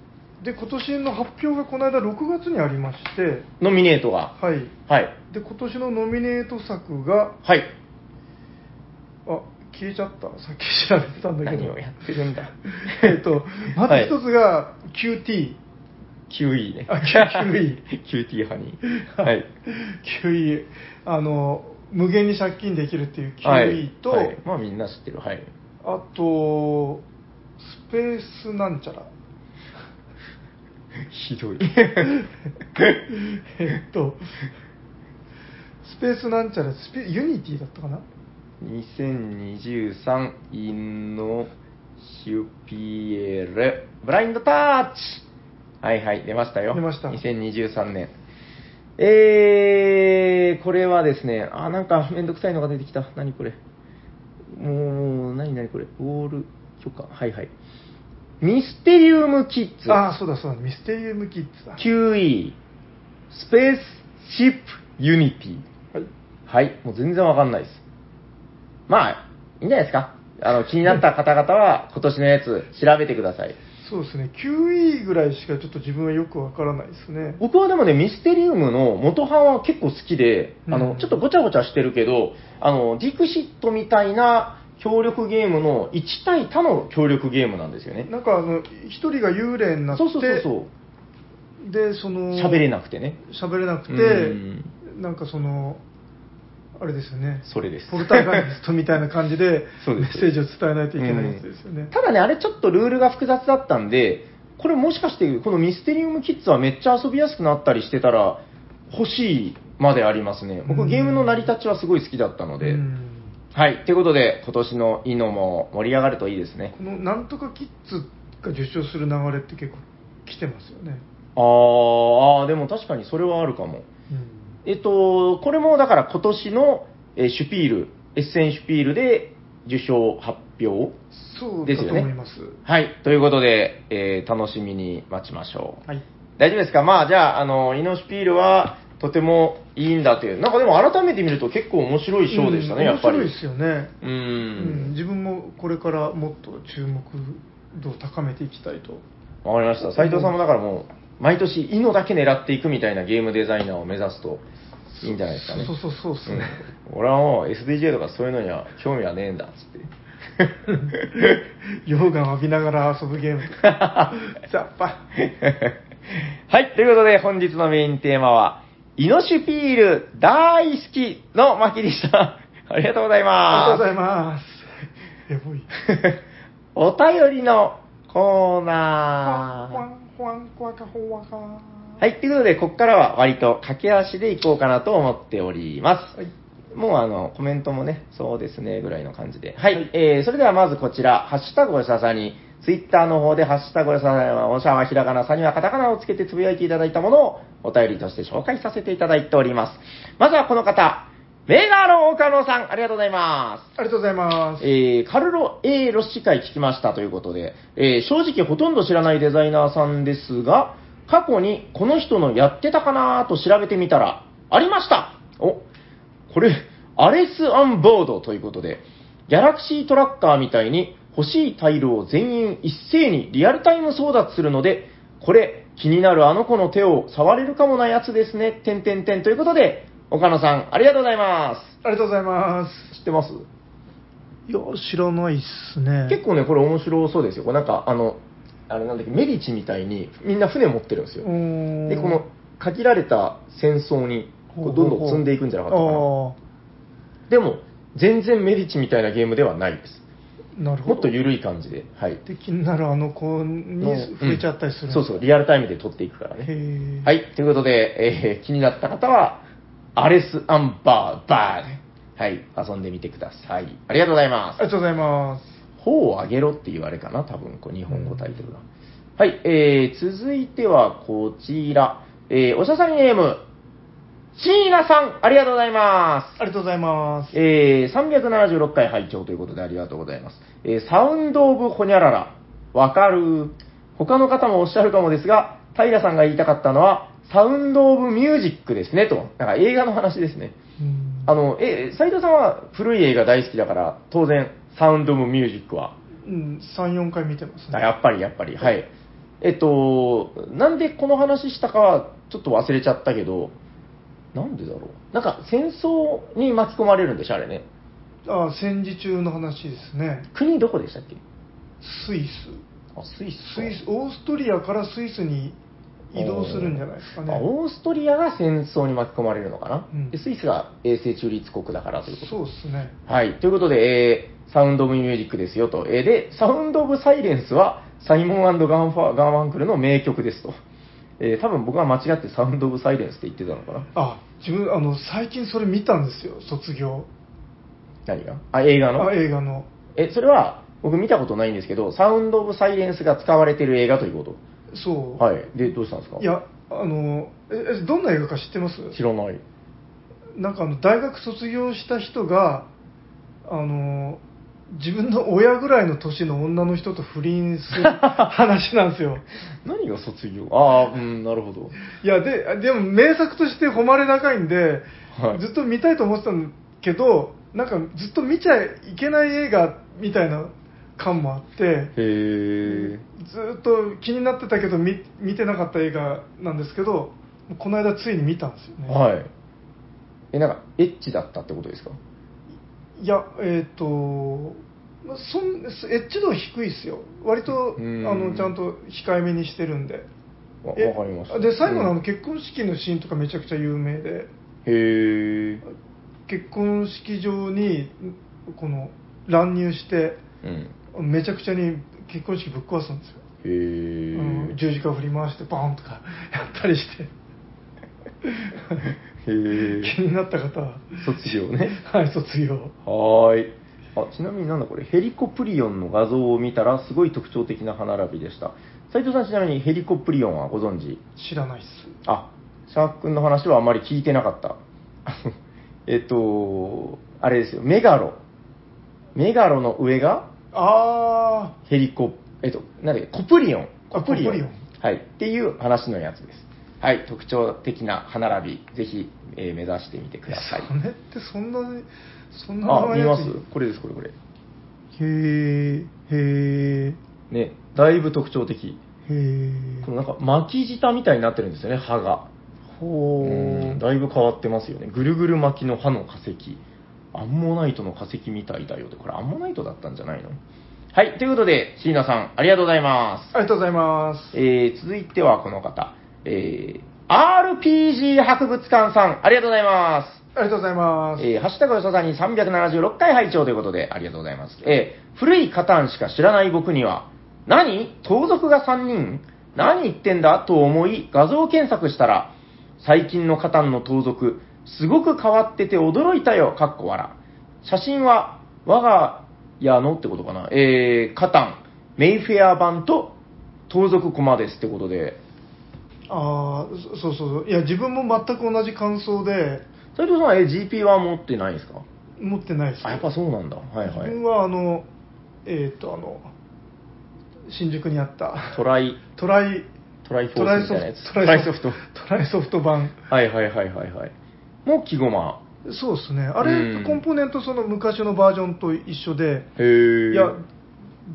A: で今年の発表がこの間6月にありまして
C: ノミネートが。
A: はい
C: はい。
A: で今年のノミネート作が
C: はい。
A: あ消えちゃったさっき調べてたんだけど
C: 何をやってるんだ。
A: えっとまず一つが QT、
C: QE ね。
A: あ QE。
C: QT ハニー。はい。
A: QE あの無限に借金できるっていう
C: はい
A: QE と、
C: はいまあみんな知ってる。はい。
A: あとスペースなんちゃ ら
C: ひどい。
A: えっとスペースなんちゃらスペユニティだったかな
C: 2023インノヒュピエルブラインドタッチはいはい、出ましたよ。
A: 出ました
C: 2023年。えー、これはですね、あ、なんかめんどくさいのが出てきた。何これ。もう、何何これ。ウォール許可。はいはい。ミステリウムキッズ。
A: ああ、そうだそうだ、ミステリウムキッズだ。
C: QE。スペースシップユニティ。
A: はい。
C: はい、もう全然わかんないです。まあ、いいんじゃないですか。あの、気になった方々 は、今年のやつ、調べてください。
A: そうですね、9位ぐらいしかちょっと自分はよくわからないですね。
C: 僕はでもね、ミステリウムの元版は結構好きで、あ
A: う
C: の、
A: ん
C: ちょっとごちゃごちゃしてるけど、あの、ディクシットみたいな協力ゲームの1対他の協力ゲームなんですよね。
A: なんかあの、一人が幽霊になって、
C: そうそうそうそう。
A: で、その、
C: 喋れなくてね。
A: 喋れなくて、
C: う
A: なんかその、あれですよね、
C: それです。
A: ポルターガイストみたいな感じで
C: そう
A: メ
C: で
A: ッ
C: す
A: セージを伝えないといけないやつですよね。
C: ただね、あれちょっとルールが複雑だったんで、これもしかして、このミステリウムキッズはめっちゃ遊びやすくなったりしてたら、欲しいまでありますね。
A: う
C: 僕
A: ん
C: ゲームの成り立ちはすごい好きだったので。
A: うん
C: はい。ということで、今年のイノも盛り上がるといいですね。
A: このなんとかキッズが受賞する流れって結構来てますよね。
C: あーあー、でも確かにそれはあるかも。
A: うん
C: えっと、これもだから今年のえーシュピール、エッセンシュピールで受賞発表
A: そう
C: で
A: だ
C: す
A: と
C: よ
A: 思い
C: ね
A: ます。。
C: はい。ということで、えー楽しみに待ちましょう。
A: はい。
C: 大丈夫ですかまあ、じゃあ、あの、イノシュピールはとてもいいんだという。なんかでも改めて見ると結構面白い賞でしたね、
A: うん
C: やっぱり。
A: 面白いですよね。
C: う
A: うん
C: ん。
A: 自分もこれからもっと注目度を高めていきたいと。
C: わかりました。斉藤さんもだからもう、毎年、イノだけ狙っていくみたいなゲームデザイナーを目指すといいんじゃないですかね。
A: そうそうそうそうっすね。
C: うん俺はもう SDJ とかそういうのには興味はねえんだ、つって。
A: 溶岩を浴びながら遊ぶ ゲーム。やっぱ。
C: はい、ということで本日のメインテーマは、イノシュピール大好きの巻でした。ありがとうございます。
A: ありがとうございます。エモい。
C: お便りのコー
B: ほわ
C: ナ
B: んほわんこわかほわか。
C: ー。はい、ということで、ここからは割と駆け足でいこうかなと思っております。
A: はい
C: もうあの、コメントもね、そうですね、ぐらいの感じで。はい、えー、それではまずこちら、ハッシュタグおしゃさに、ツイッターの方で、ハッシュタグおしゃさには、おしゃはひらがな、さにはカタカナをつけてつぶやいていただいたものを、お便りとして紹介させていただいております。まずはこの方、メガロ岡野さん、ありがとうございます。
A: ありがとうございます。
C: えーカルロ A ロッシ会聞きましたということで、えー正直ほとんど知らないデザイナーさんですが、過去にこの人のやってたかなと調べてみたら、ありましたお、これ、アレス・アンボードということで、ギャラクシートラッカーみたいに欲しいタイルを全員一斉にリアルタイム争奪するので、これ、気になるあの子の手を触れるかもなやつですね、てんてんてんということで、岡野さん、ありがとうございま
A: ありがとうございます。
C: す。知ってます
A: いや、知らないっすね。
C: 結構ね、これ面白そうですよ。これなんか、あの、あれなんだっけ、メディチみたいに、みんな船持ってるんですよ。
A: 構
C: で、この、限られた戦争に、こうどんどん積んでいくんじゃなかったかな。でも、全然メディチみたいなゲームではないです。
A: な。なるほど。
C: もっと緩い感じで、はい。
A: で気になるあの子
C: の
A: に触れちゃったりする、
C: うんそうそう、リアルタイムで撮っていくから
A: へ
C: ね。
A: え。。
C: はいい、ということで、えー気になった方は、アレス・アンバー・バーで、はい、遊んでみてください。ありがとうございます
A: あり。がとうございます。
C: 頬を上げろっていうあれかな、多分、こう日本語タイトルが。はい、えー、続いてはこちら、えー、おしゃさんネーム、椎名さん、ありがとうございます。
A: ありがとうございます。
C: えー、376回拝聴ということでありがとうございます。えー、サウンドオブホニャララ、わかる。他の方もおっしゃるかもですが、平さんが言いたかったのは、サウンドオブミュージックですね、と。なんか映画の話ですね。
A: うん
C: あの、え、斉藤さんは古い映画大好きだから、当然、サウンドオブミュージックは
A: うん、3、4回見てますね。
C: あやっぱりやっぱり、はい。えっと、なんでこの話したかはちょっと忘れちゃったけど、なんでだろう。なんか戦争に巻き込まれるんでしょ、あれね。
A: あ戦時中の話ですね。
C: 国どこでしたっけ
A: スイ
C: あ、スイス
A: ス。
C: か
A: スイス、オーストリアからスイスに移動するんじゃないですか
C: あ
A: ね。
C: オーストリアが戦争に巻き込まれるのかな、
A: うん
C: でスイスが永世中立国だからということ
A: そうですね。
C: はい。ということで、えーサウンド・オブ・ミュージックですよと。えーで、サウンド・オブ・サイレンスは、サイモンガンファガンファンクルの名曲ですと。えー多分僕は間違ってサウンド・オブ・サイレンスって言ってたのかな
A: あ、自分、あの、最近それ見たんですよ、卒業。
C: 何があ、映画の
A: あ、映画の。
C: え、それは僕見たことないんですけど、サウンド・オブ・サイレンスが使われてる映画ということ。
A: そう。
C: はい。で、どうしたんですか
A: い。や、あの、え、えどんな映画か知ってます
C: 知らない。
A: なんかあの、大学卒業した人が、あの、自分の親ぐらいの年の女の人と不倫する話なんです よ。
C: 何が卒業ああ、うん、なるほど。
A: いや、で、あでも名作として誉れ高いんで、
C: はい
A: ずっと見たいと思ってたんだけど、なんかずっと見ちゃいけない映画みたいな感もあって、
C: へえ。
A: ずーっと気になってたけど見見てなかった映画なんですけどこの間ついに見たんですよね、
C: はい。え、なんか、エッチだったってことですか
A: い、やえっ、とまあそんエッチ度は低いですよ割とあ
C: うん
A: のちゃんと控えめにしてるんで
C: わわか
A: え
C: りました。
A: で最後のあ
C: うん
A: の結婚式のシーンとかめちゃくちゃ有名で
C: へえ。
A: 結婚式場にこの乱入して
C: うん。
A: めちゃくちゃに結婚式ぶっ壊すんですよ
C: へ
A: うん
C: え。
A: 十字架振り回してバーンと かやったりして
C: へ
A: 気
C: え。
A: になった方は
C: 卒業ね。
A: はい卒業
C: はーい。あちなみになんだこれ、ヘリコプリオンの画像を見たら、すごい特徴的な歯並びでした。斉藤さん、ちなみにヘリコプリオンはご存知
A: 知らないっす
C: あ、シャーク君の話はあまり聞いてなか った。えっと、あれですよ、メガロ。メガロの上が
A: あ
C: ヘリコ、えっと、なんだっけ、コプリオン。
A: あ
C: コプリオン。
A: コプリオン
C: はい。っていう話のやつです。はい。特徴的な歯並び、ぜひ、えー目指してみてください。
A: あ、ねってそんなそんな
C: あ、見
A: や
C: ま
A: つ
C: すこれです、これ、これ。
A: へえへえ
C: ね、だいぶ特徴的。
A: へえ
C: このなんか巻き舌みたいになってるんですよね、歯が。
A: ほ
C: うんだいぶ変わってますよね。ぐるぐる巻きの歯の化石。アンモナイトの化石みたいだよって、これアンモナイトだったんじゃないのはい、ということで、椎名さん、ありがとうございま。
A: ありがとうございます
C: えー、続いてはこの方、えー、RPG 博物館さん、ありがとうございます。
A: すありがとうございます、
C: えー、ハッシュタグよささんに376回拝聴ということで、ありがとうございます。えー、古いカタンしか知らない僕には、何盗賊が3人何言ってんだと思い、画像検索したら、最近のカタンの盗賊、すごく変わってて驚いたよ、かっこ笑。写真は、我が家のってことかな。えー、カタン、メイフェア版と、盗賊駒ですってことで、
A: ああそそうそうそういや自分も全く同じ感想で
C: 斉藤さんは、えー、GP1 持ってないんですか
A: 持ってないです
C: あ、やっぱそうなんだ。はいは
A: 自
C: い。
A: 分はあのえっ、とあの新宿にあった
C: トライ、
A: トライ
C: トライフォ
A: トラ
C: ー
A: イ
C: スみ
A: ソ
C: た
A: フ
C: いなや
A: ト
C: つ。
A: トライソフト
C: トライ
A: トライソフト版
C: ソフトはいはいはいはいはい。もう、木駒。
A: そうですねあ
C: う
A: れ
C: ん
A: コンポーネントその昔のバージョンと一緒で
C: へえ。
A: いや、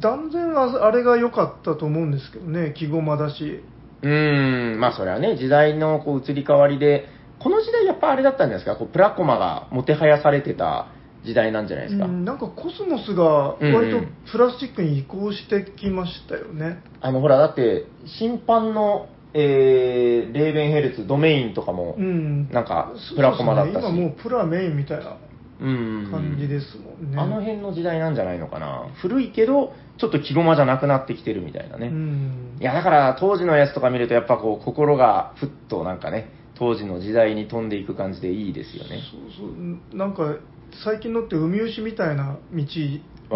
A: 断然ああれが良かったと思うんですけどね、木駒だし、
C: うーん、まあそれはね、時代のこう移り変わりで、この時代やっぱあれだったんじゃないですか、こうプラコマがもてはやされてた時代なんじゃないですか。
A: うんなんかコスモスが
C: うんうん
A: 割とプラスチックに移行してきましたよね。
C: あのほら、だって、審判の、えー、レーベンヘルツ、ドメインとかも、
A: うん、
C: なんか
A: そ
C: プラコマだったし
A: そうですね今もうプラメインみたいな
C: うん
A: 感じですもんね。
C: あの辺の時代なんじゃないのかな。古いけど、ちょっと木駒じゃなくなってきてるみたいなね。
A: うん
C: い、や、だから当時のやつとか見ると、やっぱこう、心がふっとなんかね、当時の時代に飛んでいく感じでいいですよね。
A: そうそうなんか最近のって海牛みたいな道、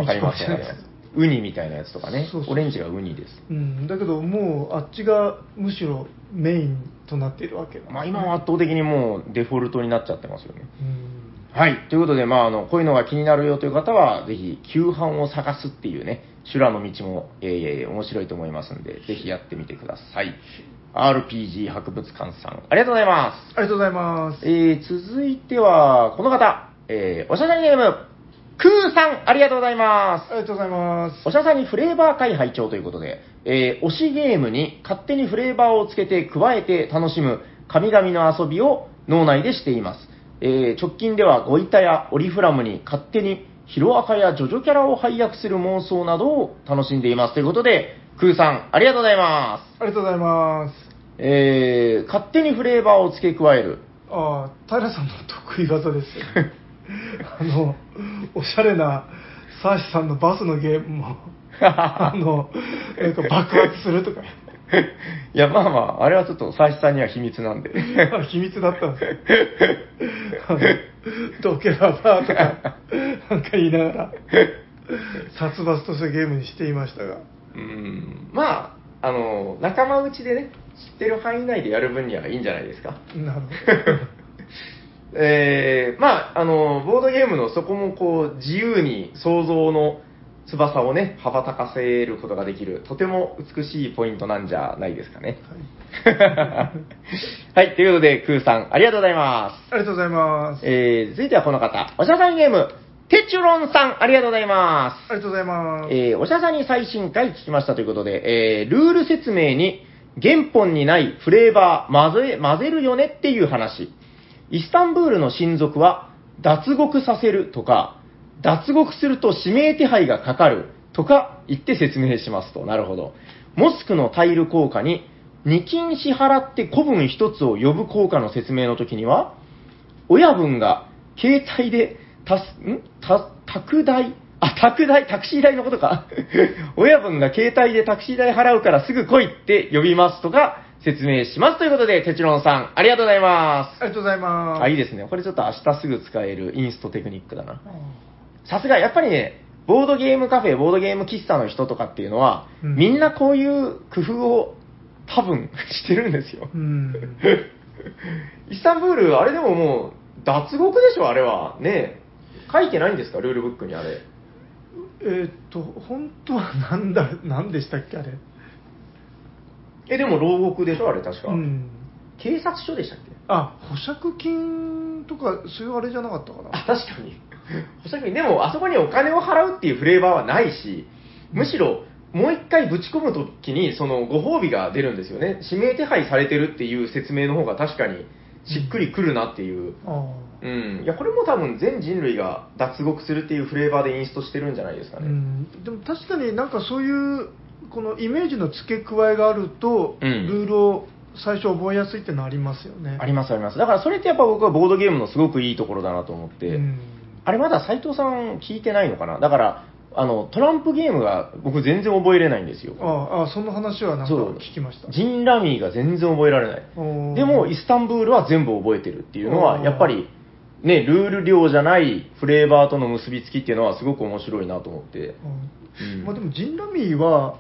C: わかり
A: 道かも
C: ますわか
A: しれ
C: り
A: な
C: ま
A: い
C: す
A: です。
C: ウニみたいなやつとかね
A: そうそう。そう
C: オレンジがウニです。
A: うん、だけどもうあっちがむしろメインとなっているわけだ
C: まあ今は圧倒的にもうデフォルトになっちゃってますよね。
A: うん
C: はい。ということで、まあ、あの、こういうのが気になるよという方は、ぜひ、旧版を探すっていうね、修羅の道も、えー、面白いと思いますんで、ぜひやってみてください。RPG 博物館さん、ありがとうございます。
A: ありがとうございます。
C: えー、続いては、この方、えー、おしゃさにネーム、クーさん、ありがとうござい
A: あ
C: ま
A: りがとうございます
C: す。。おしゃさにフレーバー会拝聴ということで、えー、推しゲームに勝手にフレーバーをつけて加えて楽しむ神々の遊びを脳内でしています。えー、直近ではゴイタやオリフラムに勝手にヒロアカやジョジョキャラを配役する妄想などを楽しんでいます。ということで、クーさん、ありがとうございます。
A: ありがとうございます。
C: えー、勝手にフレーバーを付け加える。
A: ああ、平さんの得意技ですよ。あの、おしゃれなサーシさんのバスのゲームも、あの、なんか爆発するとか、
C: いや、まあまあ、あれはちょっと、最初さんには秘密なんで。
A: 秘密だったんですよ。あのどけばばーとか、なんか言いながら、殺伐としたゲームにしていましたが。
C: うん、まあ、あの、仲間内でね、知ってる範囲内でやる分にはいいんじゃないですか。
A: なるほど。
C: えーまあ、あの、ボードゲームのそこもこう、自由に想像の翼をね、羽ばたかせることができる、とても美しいポイントなんじゃないですかね。
A: はい、
C: はい、ということで、クーさん、ありがとうございま
A: ありがとうございます
C: す。。えー、続いてはこの方、おしゃさんゲーム、テチュロンさん、ありがとうございます。
A: ありがとうございます。
C: えーおしゃさに最新回聞きましたということで、えールール説明に原本にないフレーバー混ぜ、混ぜるよねっていう話。イスタンブールの親族は脱獄させるとか、脱獄すると指名手配がかかるとか言って説明しますと。なるほど。モスクのタイル効果に2金支払って古文1つを呼ぶ効果の説明の時には、親分が携帯でたす、んた、宅代あ、宅代、タクシー代のことか。 親分が携帯でタクシー代払うからすぐ来いって呼びますとか説明しますということで、てちろんさん、ありがとうございま
A: ありがとうござい
C: す。
A: ます。
C: あ、いいですね。これちょっと明日すぐ使えるインストテクニックだな。
A: あ
C: さすが、やっぱりね、ボードゲームカフェ、ボードゲーム喫茶の人とかっていうのは、
A: うん
C: みんなこういう工夫を多分 してるんですよ。
A: ーうん。
C: イスタンブール、あれでももう、脱獄でしょ、あれは。ねえ書いてないんですか、ルールブックにあれ。
A: えーっと、本当はなんだ、 なんでしたっけ、あれ。
C: え、でも牢獄でしょ、あれ確か。
A: うん。
C: 警察署でしたっけ
A: あ、保釈金とか、そういうあれじゃなかったか
C: あ、
A: な。
C: 確かに。 保釈金でも、あそこにお金を払うっていうフレーバーはないし、むしろ、もう一回ぶち込むときに、その、ご褒美が出るんですよね。指名手配されてるっていう説明の方が確かに、しっくりくるなっていう。
A: あ
C: うん。いや、これも多分全人類が脱獄するっていうフレーバーでインストしてるんじゃないですか
A: あ、
C: ね。
A: うん。でも確かになんかそういう、このイメージの付け加えがあると、
C: うん
A: ルールを最初覚えやすいってのありますよね。
C: ありますあります。だからそれってやっぱ僕はボードゲームのすごくいいところだなと思って、
A: うん
C: あれまだ斉藤さん聞いてないのかなだから、あの、トランプゲームが僕全然覚えれないんですよ。
A: ああ、その話はなんか
C: そう
A: 聞きました。
C: ジンラミーが全然覚えられない。
A: おー
C: でも、イスタンブールは全部覚えてるっていうのは、
A: おー
C: やっぱり、ね、ルール量じゃないフレーバーとの結びつきっていうのはすごく面白いなと思って。うん
A: まあ、でもジンラミーは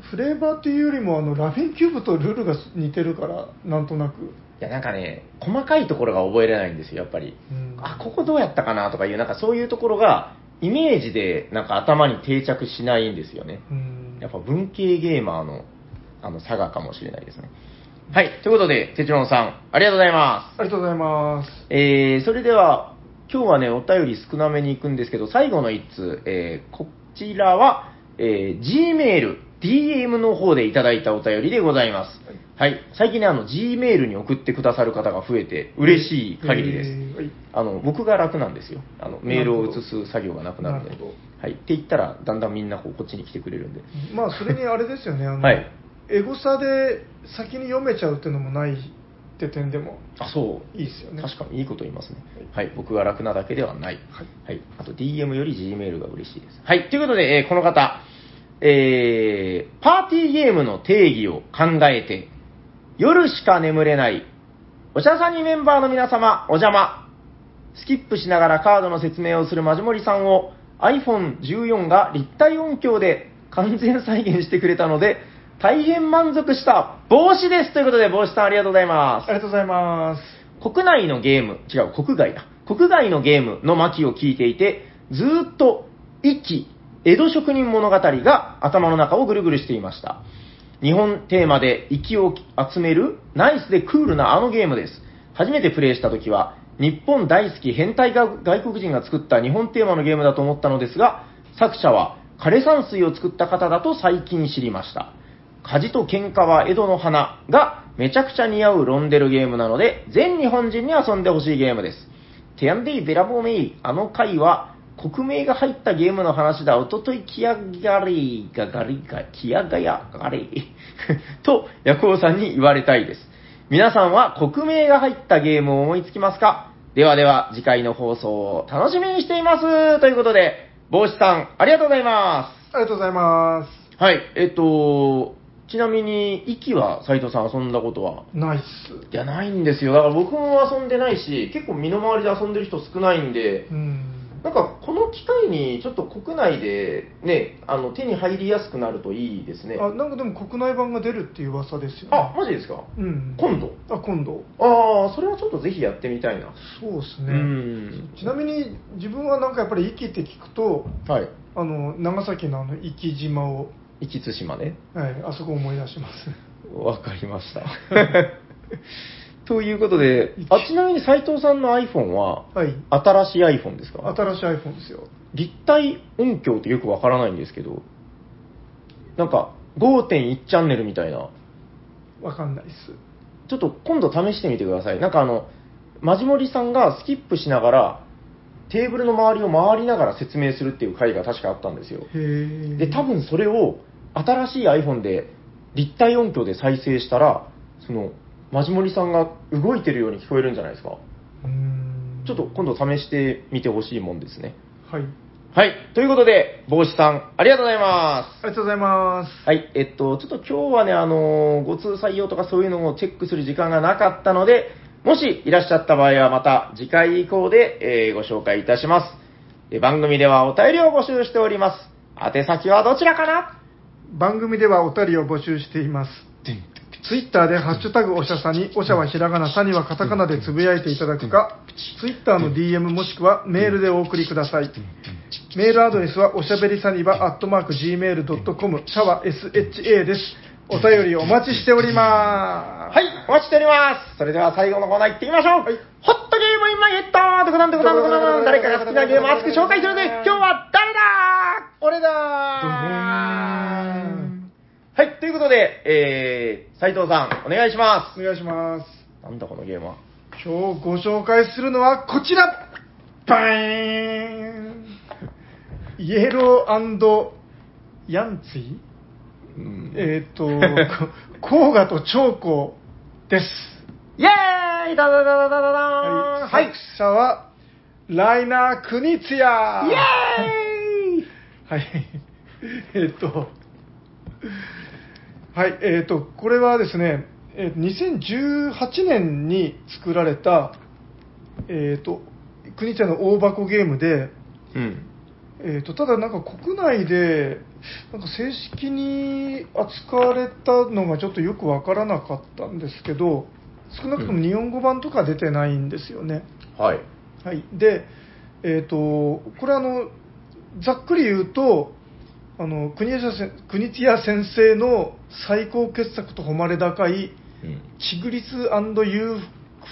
A: フレーバーというよりもあのラフィンキューブとルールが似てるからなんとなく、
C: いや、なんかね、細かいところが覚えれないんですよ、やっぱり。
A: うん
C: あ、ここどうやったかなとかいう、なんかそういうところが、イメージでなんか頭に定着しないんですよね。
A: うん
C: やっぱ文系ゲーマーの、あの、差がかもしれないですね。はい、ということで、てちろんさん、ありがとうございま
A: ありがとうございます
C: す。えー、それでは、今日はね、お便り少なめに行くんですけど、最後の一通、えー、こちらは、えー、Gmail、DM の方でいただいたお便りでございます。はい、最近ね、あの、Gmail に送ってくださる方が増えて、嬉しい限りです。
A: えーはい
C: あの僕が楽なんですよあのメールを移す作業がなくなるんで
A: なるほ
C: はい、って言ったらだんだんみんなこうこっちに来てくれるんで
A: まあそれにあれです よねあの、
C: はい
A: エゴサで先に読めちゃうっていうのもないって点でも
C: あそう
A: いいですよね
C: 確かにいいこと言いますねはい、僕が楽なだけではない、はいあと DM より G メールが嬉しいですはいということで、えーこの方えー、パーティーゲームの定義を考えて夜しか眠れないおしゃさにメンバーの皆様お邪魔スキップしながらカードの説明をするマジモリさんを iPhone14 が立体音響で完全再現してくれたので、大変満足した帽子ですということで、帽子さんありがとうございま
A: ありがとうございます
C: す。国内のゲーム、違う、国外だ。国外のゲームの巻を聞いていて、ずーっと、息、江戸職人物語が頭の中をぐるぐるしていました。日本テーマで息を集めるナイスでクールなあのゲームです。初めてプレイした時は、日本大好き変態が外国人が作った日本テーマのゲームだと思ったのですが、作者は枯山水を作った方だと最近知りました。火事と喧嘩は江戸の花がめちゃくちゃ似合うロンデルゲームなので、全日本人に遊んでほしいゲームです。テアンディ・ベラボメイ、あの回は、国名が入ったゲームの話だ、おととい、キアガリがガリが、キアガヤガリ と、ヤコウさんに言われたいです。皆さんは国名が入ったゲームを思いつきますかではでは、次回の放送を楽しみにしていますということで、帽子さん、ありがとうございま
A: ありがとうございます
C: はい、えっと、ちなみに、息は斉藤さん遊んだことは
A: すナイス
C: いや、ないんですよ。だから僕も遊んでないし、結構身の回りで遊んでる人少ないんで、
A: うん
C: なんかこの機会にちょっと国内でね、あの手に入りやすくなるといいですね。
A: あなんかでも国内版が出るっていう噂ですよ、ね、
C: あ、マジですか
A: うん
C: 今度
A: あ今度
C: ああ、それはちょっとぜひやってみたいな。
A: そうです
C: う
A: ね、
C: ん。
A: ちなみに自分はなんかやっぱり壱岐って聞くと
C: はい。
A: あの長崎のあの壱岐島を、
C: 壱岐対馬ね。
A: はい、あそこを思い出します
C: わかりました。 ということで、あちなみに斉藤さんの iPhone は、
A: はい
C: 新しい iPhone ですか
A: 新しい iPhone ですよ
C: 立体音響ってよくわからないんですけど、なんか5.1チャンネルみたいな、
A: わかんないっす
C: ちょっと今度試してみてください。なんかあの、マジモリさんがスキップしながら、テーブルの周りを回りながら説明するっていう回が確かあったんですよ。
A: へえ
C: で、多分それを新しい iPhone で立体音響で再生したら、その、マジモリさんが動いてるように聞こえるんじゃないですか。
A: うーん
C: ちょっと今度試してみてほしいもんですね。
A: はい
C: はい。ということで、帽子さん、ありがとうございます。
A: ありがとうございます
C: はい、えっと、ちょっと今日はね、あのーご通採用とかそういうのをチェックする時間がなかったので、もしいらっしゃった場合はまた次回以降で、えーご紹介いたします。え番組ではお便りを募集しております。宛先はどちらかな
A: 番組ではお便りを募集していますツイッターでハッシュタグおしゃさに、おしゃはひらがな、さにはカタカナでつぶやいていただくか、ツイッターの DM もしくはメールでお送りください。メールアドレスはおしゃべりさにば、アットマーク Gmail.com、シャワ SHA です。お便りお待ちしておりま。
C: はい、お待ちしております。それでは最後のコーナー行ってみましょう。ホットゲームインマゲットとかなんとかなんとかなんと か誰かが好きなゲームを熱く紹介するぜ今日は誰だ俺だはい、ということで、えー、斉藤さん、お願いします
A: お願いします。
C: す。なんだこのゲームは。
A: 今日ご紹介するのはこちらバーンイエローヤンツィ
C: うん
A: えっ、 ー、と、こ黄河と長江です。
C: イェーイダダダダダダダーンはい、
A: 作者は、ライナー・クニツヤ
C: イェーイ
A: はい。えっと、はい、えっ、と、これはですね、えー2018年に作られた、えっ、と、クニツヤの大箱ゲームで、
C: うん。
A: えー、とただ、なんか国内でなんか正式に扱われたのがちょっとよくわからなかったんですけど少なくと
C: う
A: も
C: ん
A: 日本語版とか出てないんですよね。
C: はい。
A: はい、で、えー、とこれあの、ざっくり言うとあの国枝先国津屋先生の最高傑作と誉れ高い
C: うん。
A: チグリスユー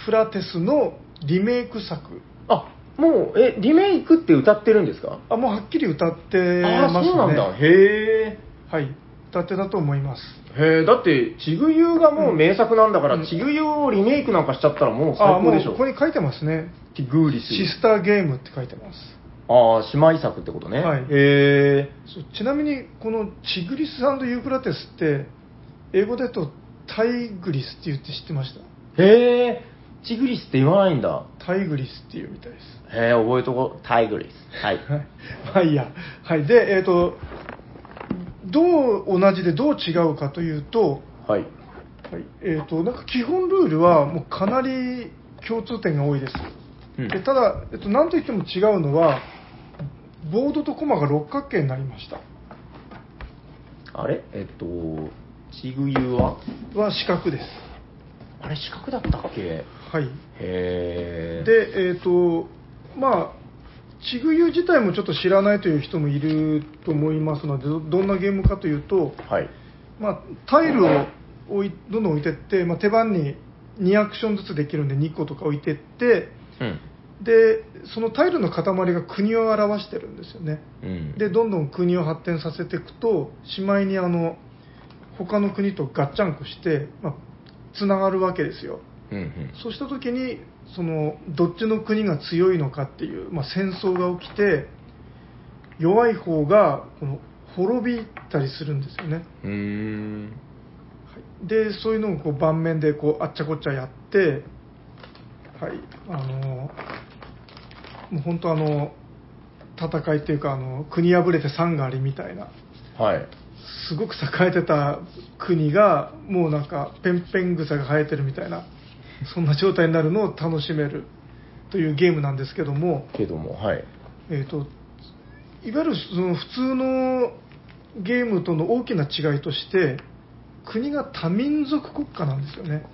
A: フラテスのリメイク作
C: あ、もう、え、リメイクって歌ってるんですか
A: あもうはっきり歌って
C: あ
A: ますね。
C: そうなんだ。へえ。
A: はい、歌ってだと思います。
C: へえ、だって、ちぐゆうがもう名作なんだか
A: う
C: ら、
A: ん
C: ちぐゆうをリメイクなんかしちゃったらもう
A: あ、も
C: 最高
A: う
C: でしょ。
A: ここに書いてますね。
C: ティグーリス。
A: シスターゲームって書いてます。
C: ああ、姉妹作ってことね。
A: はい
C: へえ。
A: そうちなみに、このチグリスユークラテスって、英語だとタイグリスって言って知ってまし
C: へえ。チグリスって言わないんだ。
A: たタイグリスっていうみたいです。
C: へえ、覚えとこう。タイグリス。はい。
A: はい。 まあいいや。はい。で、えっ、と、どう同じでどう違うかというと、
C: はい。
A: はいえー、となんか基本ルールはもうかなり共通点が多いです、
C: うん
A: でただ、えっと、なんといっても違うのはボードとコマが六角形になりました
C: あれえっと、ちぐゆうは
A: は四角です
C: あれ、四角だったっけへ
A: はい
C: え。
A: でえっ、とまあちぐゆ自体もちょっと知らないという人もいると思いますのでどどんなゲームかというと、
C: はい。
A: まあ、タイルを置いどんどん置いていって、まあ、手番に2アクションずつできるんで2個とか置いていって
C: うん。
A: でそのタイルの塊が国を表してるんですよね
C: うん。
A: でどんどん国を発展させていくとしまいにあの他の国とガッチャンコして、まあ、つながるわけですよ
C: うんうん。
A: そうした時にそのどっちの国が強いのかっていう、まあ、戦争が起きて弱い方がこの滅びたりするんですよね
C: うーん。
A: はいでそういうのをこう盤面でこうあっちゃこっちゃやって、はい、あのもう本当あの戦いというかあの国破れて三がありみたいな
C: はい。
A: すごく栄えてた国がもうなんかペンペン草が生えてるみたいなそんな状態になるのを楽しめるというゲームなんですけども、
C: けども、はい。
A: えっ、と、いわゆるその普通のゲームとの大きな違いとして、国が多民族国家なんですよね。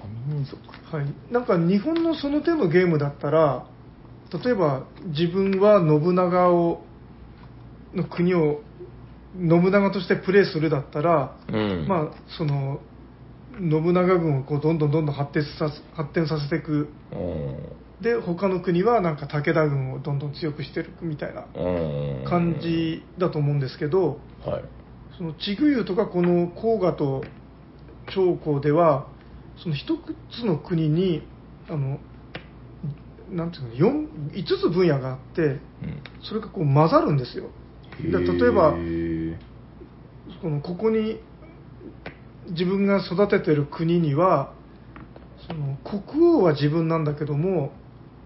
C: 多民族
A: はい、なんか日本のその手のゲームだったら例えば自分は信長をの国を信長としてプレイするだったら、
C: うん
A: まあその信長軍をこうどんどんどんどん発展させ発展させていく
C: うん
A: で他の国はなんか武田軍をどんどん強くしていくみたいな
C: うん
A: 感じだと思うんですけど
C: はい
A: その地具とかこの黄河と長江ではその一つの国にあのなんていうの四5つ分野があって
C: うん
A: それがこう混ざるんですよで例えば
C: へー
A: このここに自分が育ててる国にはその国王は自分なんだけども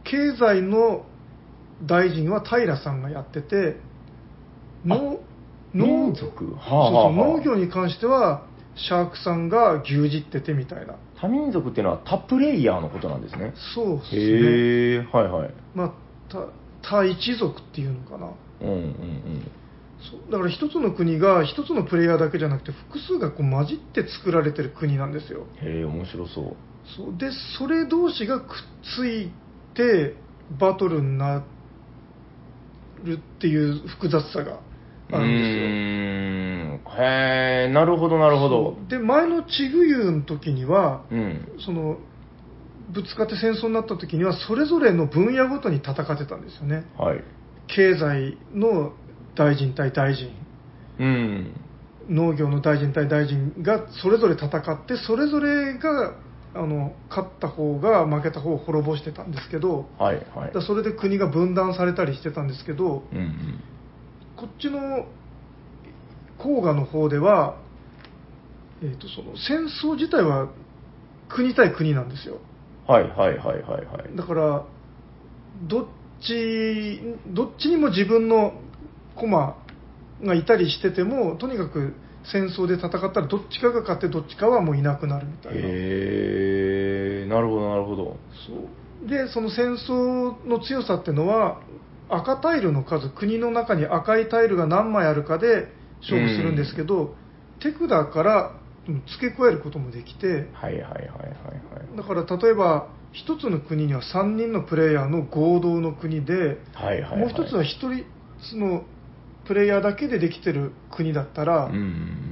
A: 経済の大臣は平さんがやってて農
C: 民族はあはあはあ
A: そうそう農業に関してはシャークさんが牛耳っててみたいな
C: 多民族っていうのは多プレイヤーのことなんですね
A: そうですね、
C: へえはいはい
A: まあ、た他一族っていうのかな
C: うんうんうん
A: そうだから一つの国が一つのプレイヤーだけじゃなくて複数がこう混じって作られてる国なんですよ
C: へえ面白そう
A: そうでそれ同士がくっついてバトルになるっていう複雑さがあるんですよ
C: うーんへえなるほどなるほど
A: そうで前のチグユの時には
C: うん
A: そのぶつかって戦争になった時にはそれぞれの分野ごとに戦ってたんですよね
C: はい
A: 経済の大臣対大臣
C: うん
A: 農業の大臣対大臣がそれぞれ戦ってそれぞれがあの勝った方が負けた方を滅ぼしてたんですけど
C: はいは
A: だ
C: い
A: からそれで国が分断されたりしてたんですけど
C: うんうん
A: こっちの黄河の方では、えー、とその戦争自体は国対国なんですよ
C: はいはいはいはいはい
A: だからどっちどっちにも自分の駒がいたりしててもとにかく戦争で戦ったらどっちかが勝ってどっちかはもういなくなるみたいな
C: へえなるほどなるほど
A: そうでその戦争の強さってのは赤タイルの数国の中に赤いタイルが何枚あるかで勝負するんですけど、手札からうん付け加えることもできて
C: はいはいはいはい
A: だから例えば一つの国には3人のプレイヤーの合同の国で
C: はいはいはいはい
A: もう一つは1人そのプレイヤーだけでできてる国だったら、
C: うんうん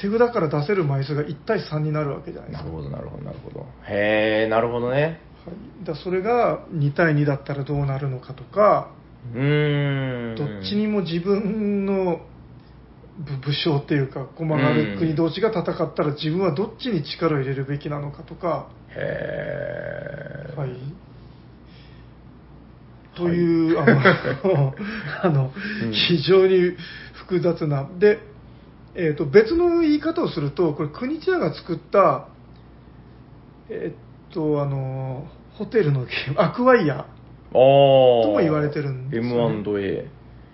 A: 手札から出せる枚数が1対3になるわけじゃ
C: う
A: なんいです
C: なる
A: か,、は
C: ほどなるほどなるほどへえなるほどね
A: い、だからそれが2対2だったらどうなるのかとか、
C: うーん
A: どっちにも自分の武武将っていうか駒がある国同士が戦ったら自分はどっちに力を入れるべきなのかとか、
C: へえ
A: はい、という、あのあの、
C: うん
A: 非常に複雑な、で、えーと、別の言い方をすると、これ、国千代が作った、えーっと、あの、ホテルのゲーム、アクワイア、
C: ああ
A: とも言われてるんですよね
C: M&A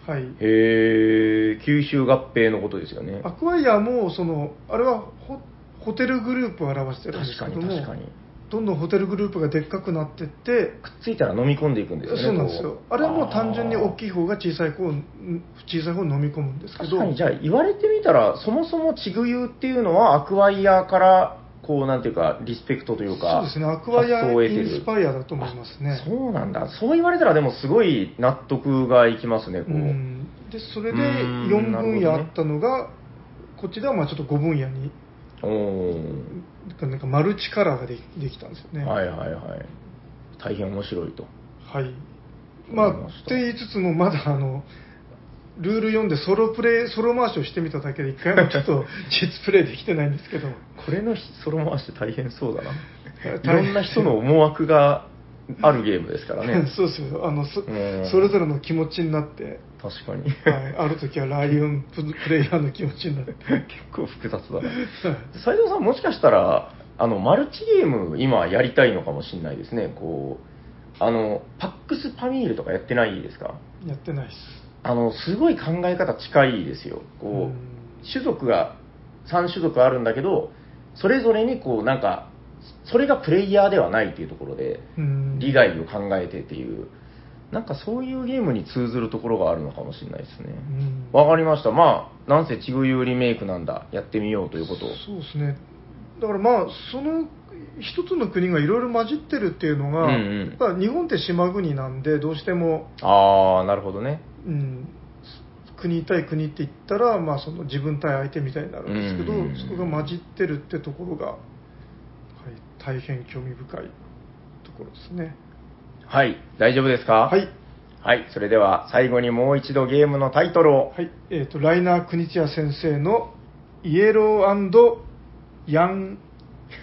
A: はい、
C: へえ吸収合併のことですよね
A: アクワイアもその、あれはホホテルグループを表してるんです
C: 確
A: け
C: か
A: ど
C: に
A: も、
C: 確かに
A: どんどんホテルグループがでっかくなってって、
C: くっついたら飲み込んでいくんですよね
A: そうなんですよ
C: こ
A: あれはもう単純に大きい
C: あー
A: 方が小さい方をん小さい方を飲み込むんですけ
C: 確
A: ど
C: かにじゃあ言われてみたらそもそもチグユっていうのはアクワイヤーからこうなんていうかリスペクトというか
A: そうですねアクアイア
C: 発想を得て
A: イ
C: る
A: ンスパイアだと思いますね
C: あそうなんだそう言われたらでもすごい納得がいきますねこう、
A: うんでそれで
C: うーん
A: 4
C: なる
A: 分野
C: ほど
A: あ
C: ね
A: ったのが、こっちではまあちょっと5分野に
C: おー
A: なんかマルチカラーができできたんですよね、
C: はいいはいはい大変面白いと
A: はいまあ
C: わかりま
A: っ
C: した
A: て言いつつもまだあのルール読んでソロプレイソロ回しをしてみただけで1回もちょっ と実プレイできてないんですけど
C: これのソロ回し大変そうだない
A: 大
C: ろ
A: 変
C: んな人の思惑があるゲームですからね
A: そうですよあのそ
C: うん
A: それぞれの気持ちになって
C: 確かに
A: はい、ある時はライオンププレイヤーの気持ちになって、
C: 結構複雑だな斉藤さんもしかしたらあのマルチゲーム今やりたいのかもしれないですねこうあのパックスパミールとかやってないですか
A: やってないです。
C: あのすごい考え方近いですよこう、種族が3種族あるんだけどそれぞれにこうなんかそれがプレイヤーではないっていうところで
A: うん
C: 利害を考えてっていうなんかそういうゲームに通ずるところがあるのかもしれないですね。
A: うん
C: わかりました。まあ、なんせちぐゆうリメイクなんだ。やってみようということを。
A: そうですねだからまあその一つの国がいろいろ混じってるっていうのが、
C: うんうん
A: やっぱ日本って島国なんでどうしても、
C: あー、なるほどね。
A: うん、国対国って言ったら、まあ、その自分対相手みたいになるんですけど、
C: うんうんうん
A: そこが混じってるってところが、はい、大変興味深いところですね
C: はい。大丈夫ですか
A: はい。
C: はい。それでは最後にもう一度ゲームのタイトルを。
A: はい、えーとライナー国千谷先生の「イエローヤン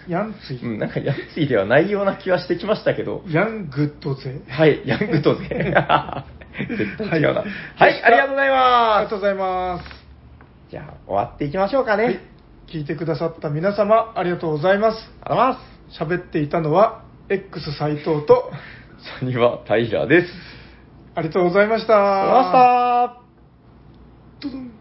A: ヤンツイ」
C: うん、なんかヤンツィではないような気はしてきましたけど。
A: ヤングッド勢
C: はい。ヤングとぜ。絶対違うな。
A: は
C: はいい、ありがとうござ
A: あり
C: いま
A: がとうございます
C: す。じゃあ、終わっていきましょうかね。
A: はい、聞いてくださった皆様ありがとうございます
C: ありがとうございます。
A: 喋っていたのは X 斎藤と
C: サニバ・タイラーです。
A: ありがとうございました
C: ありがとうございました。
A: ドドン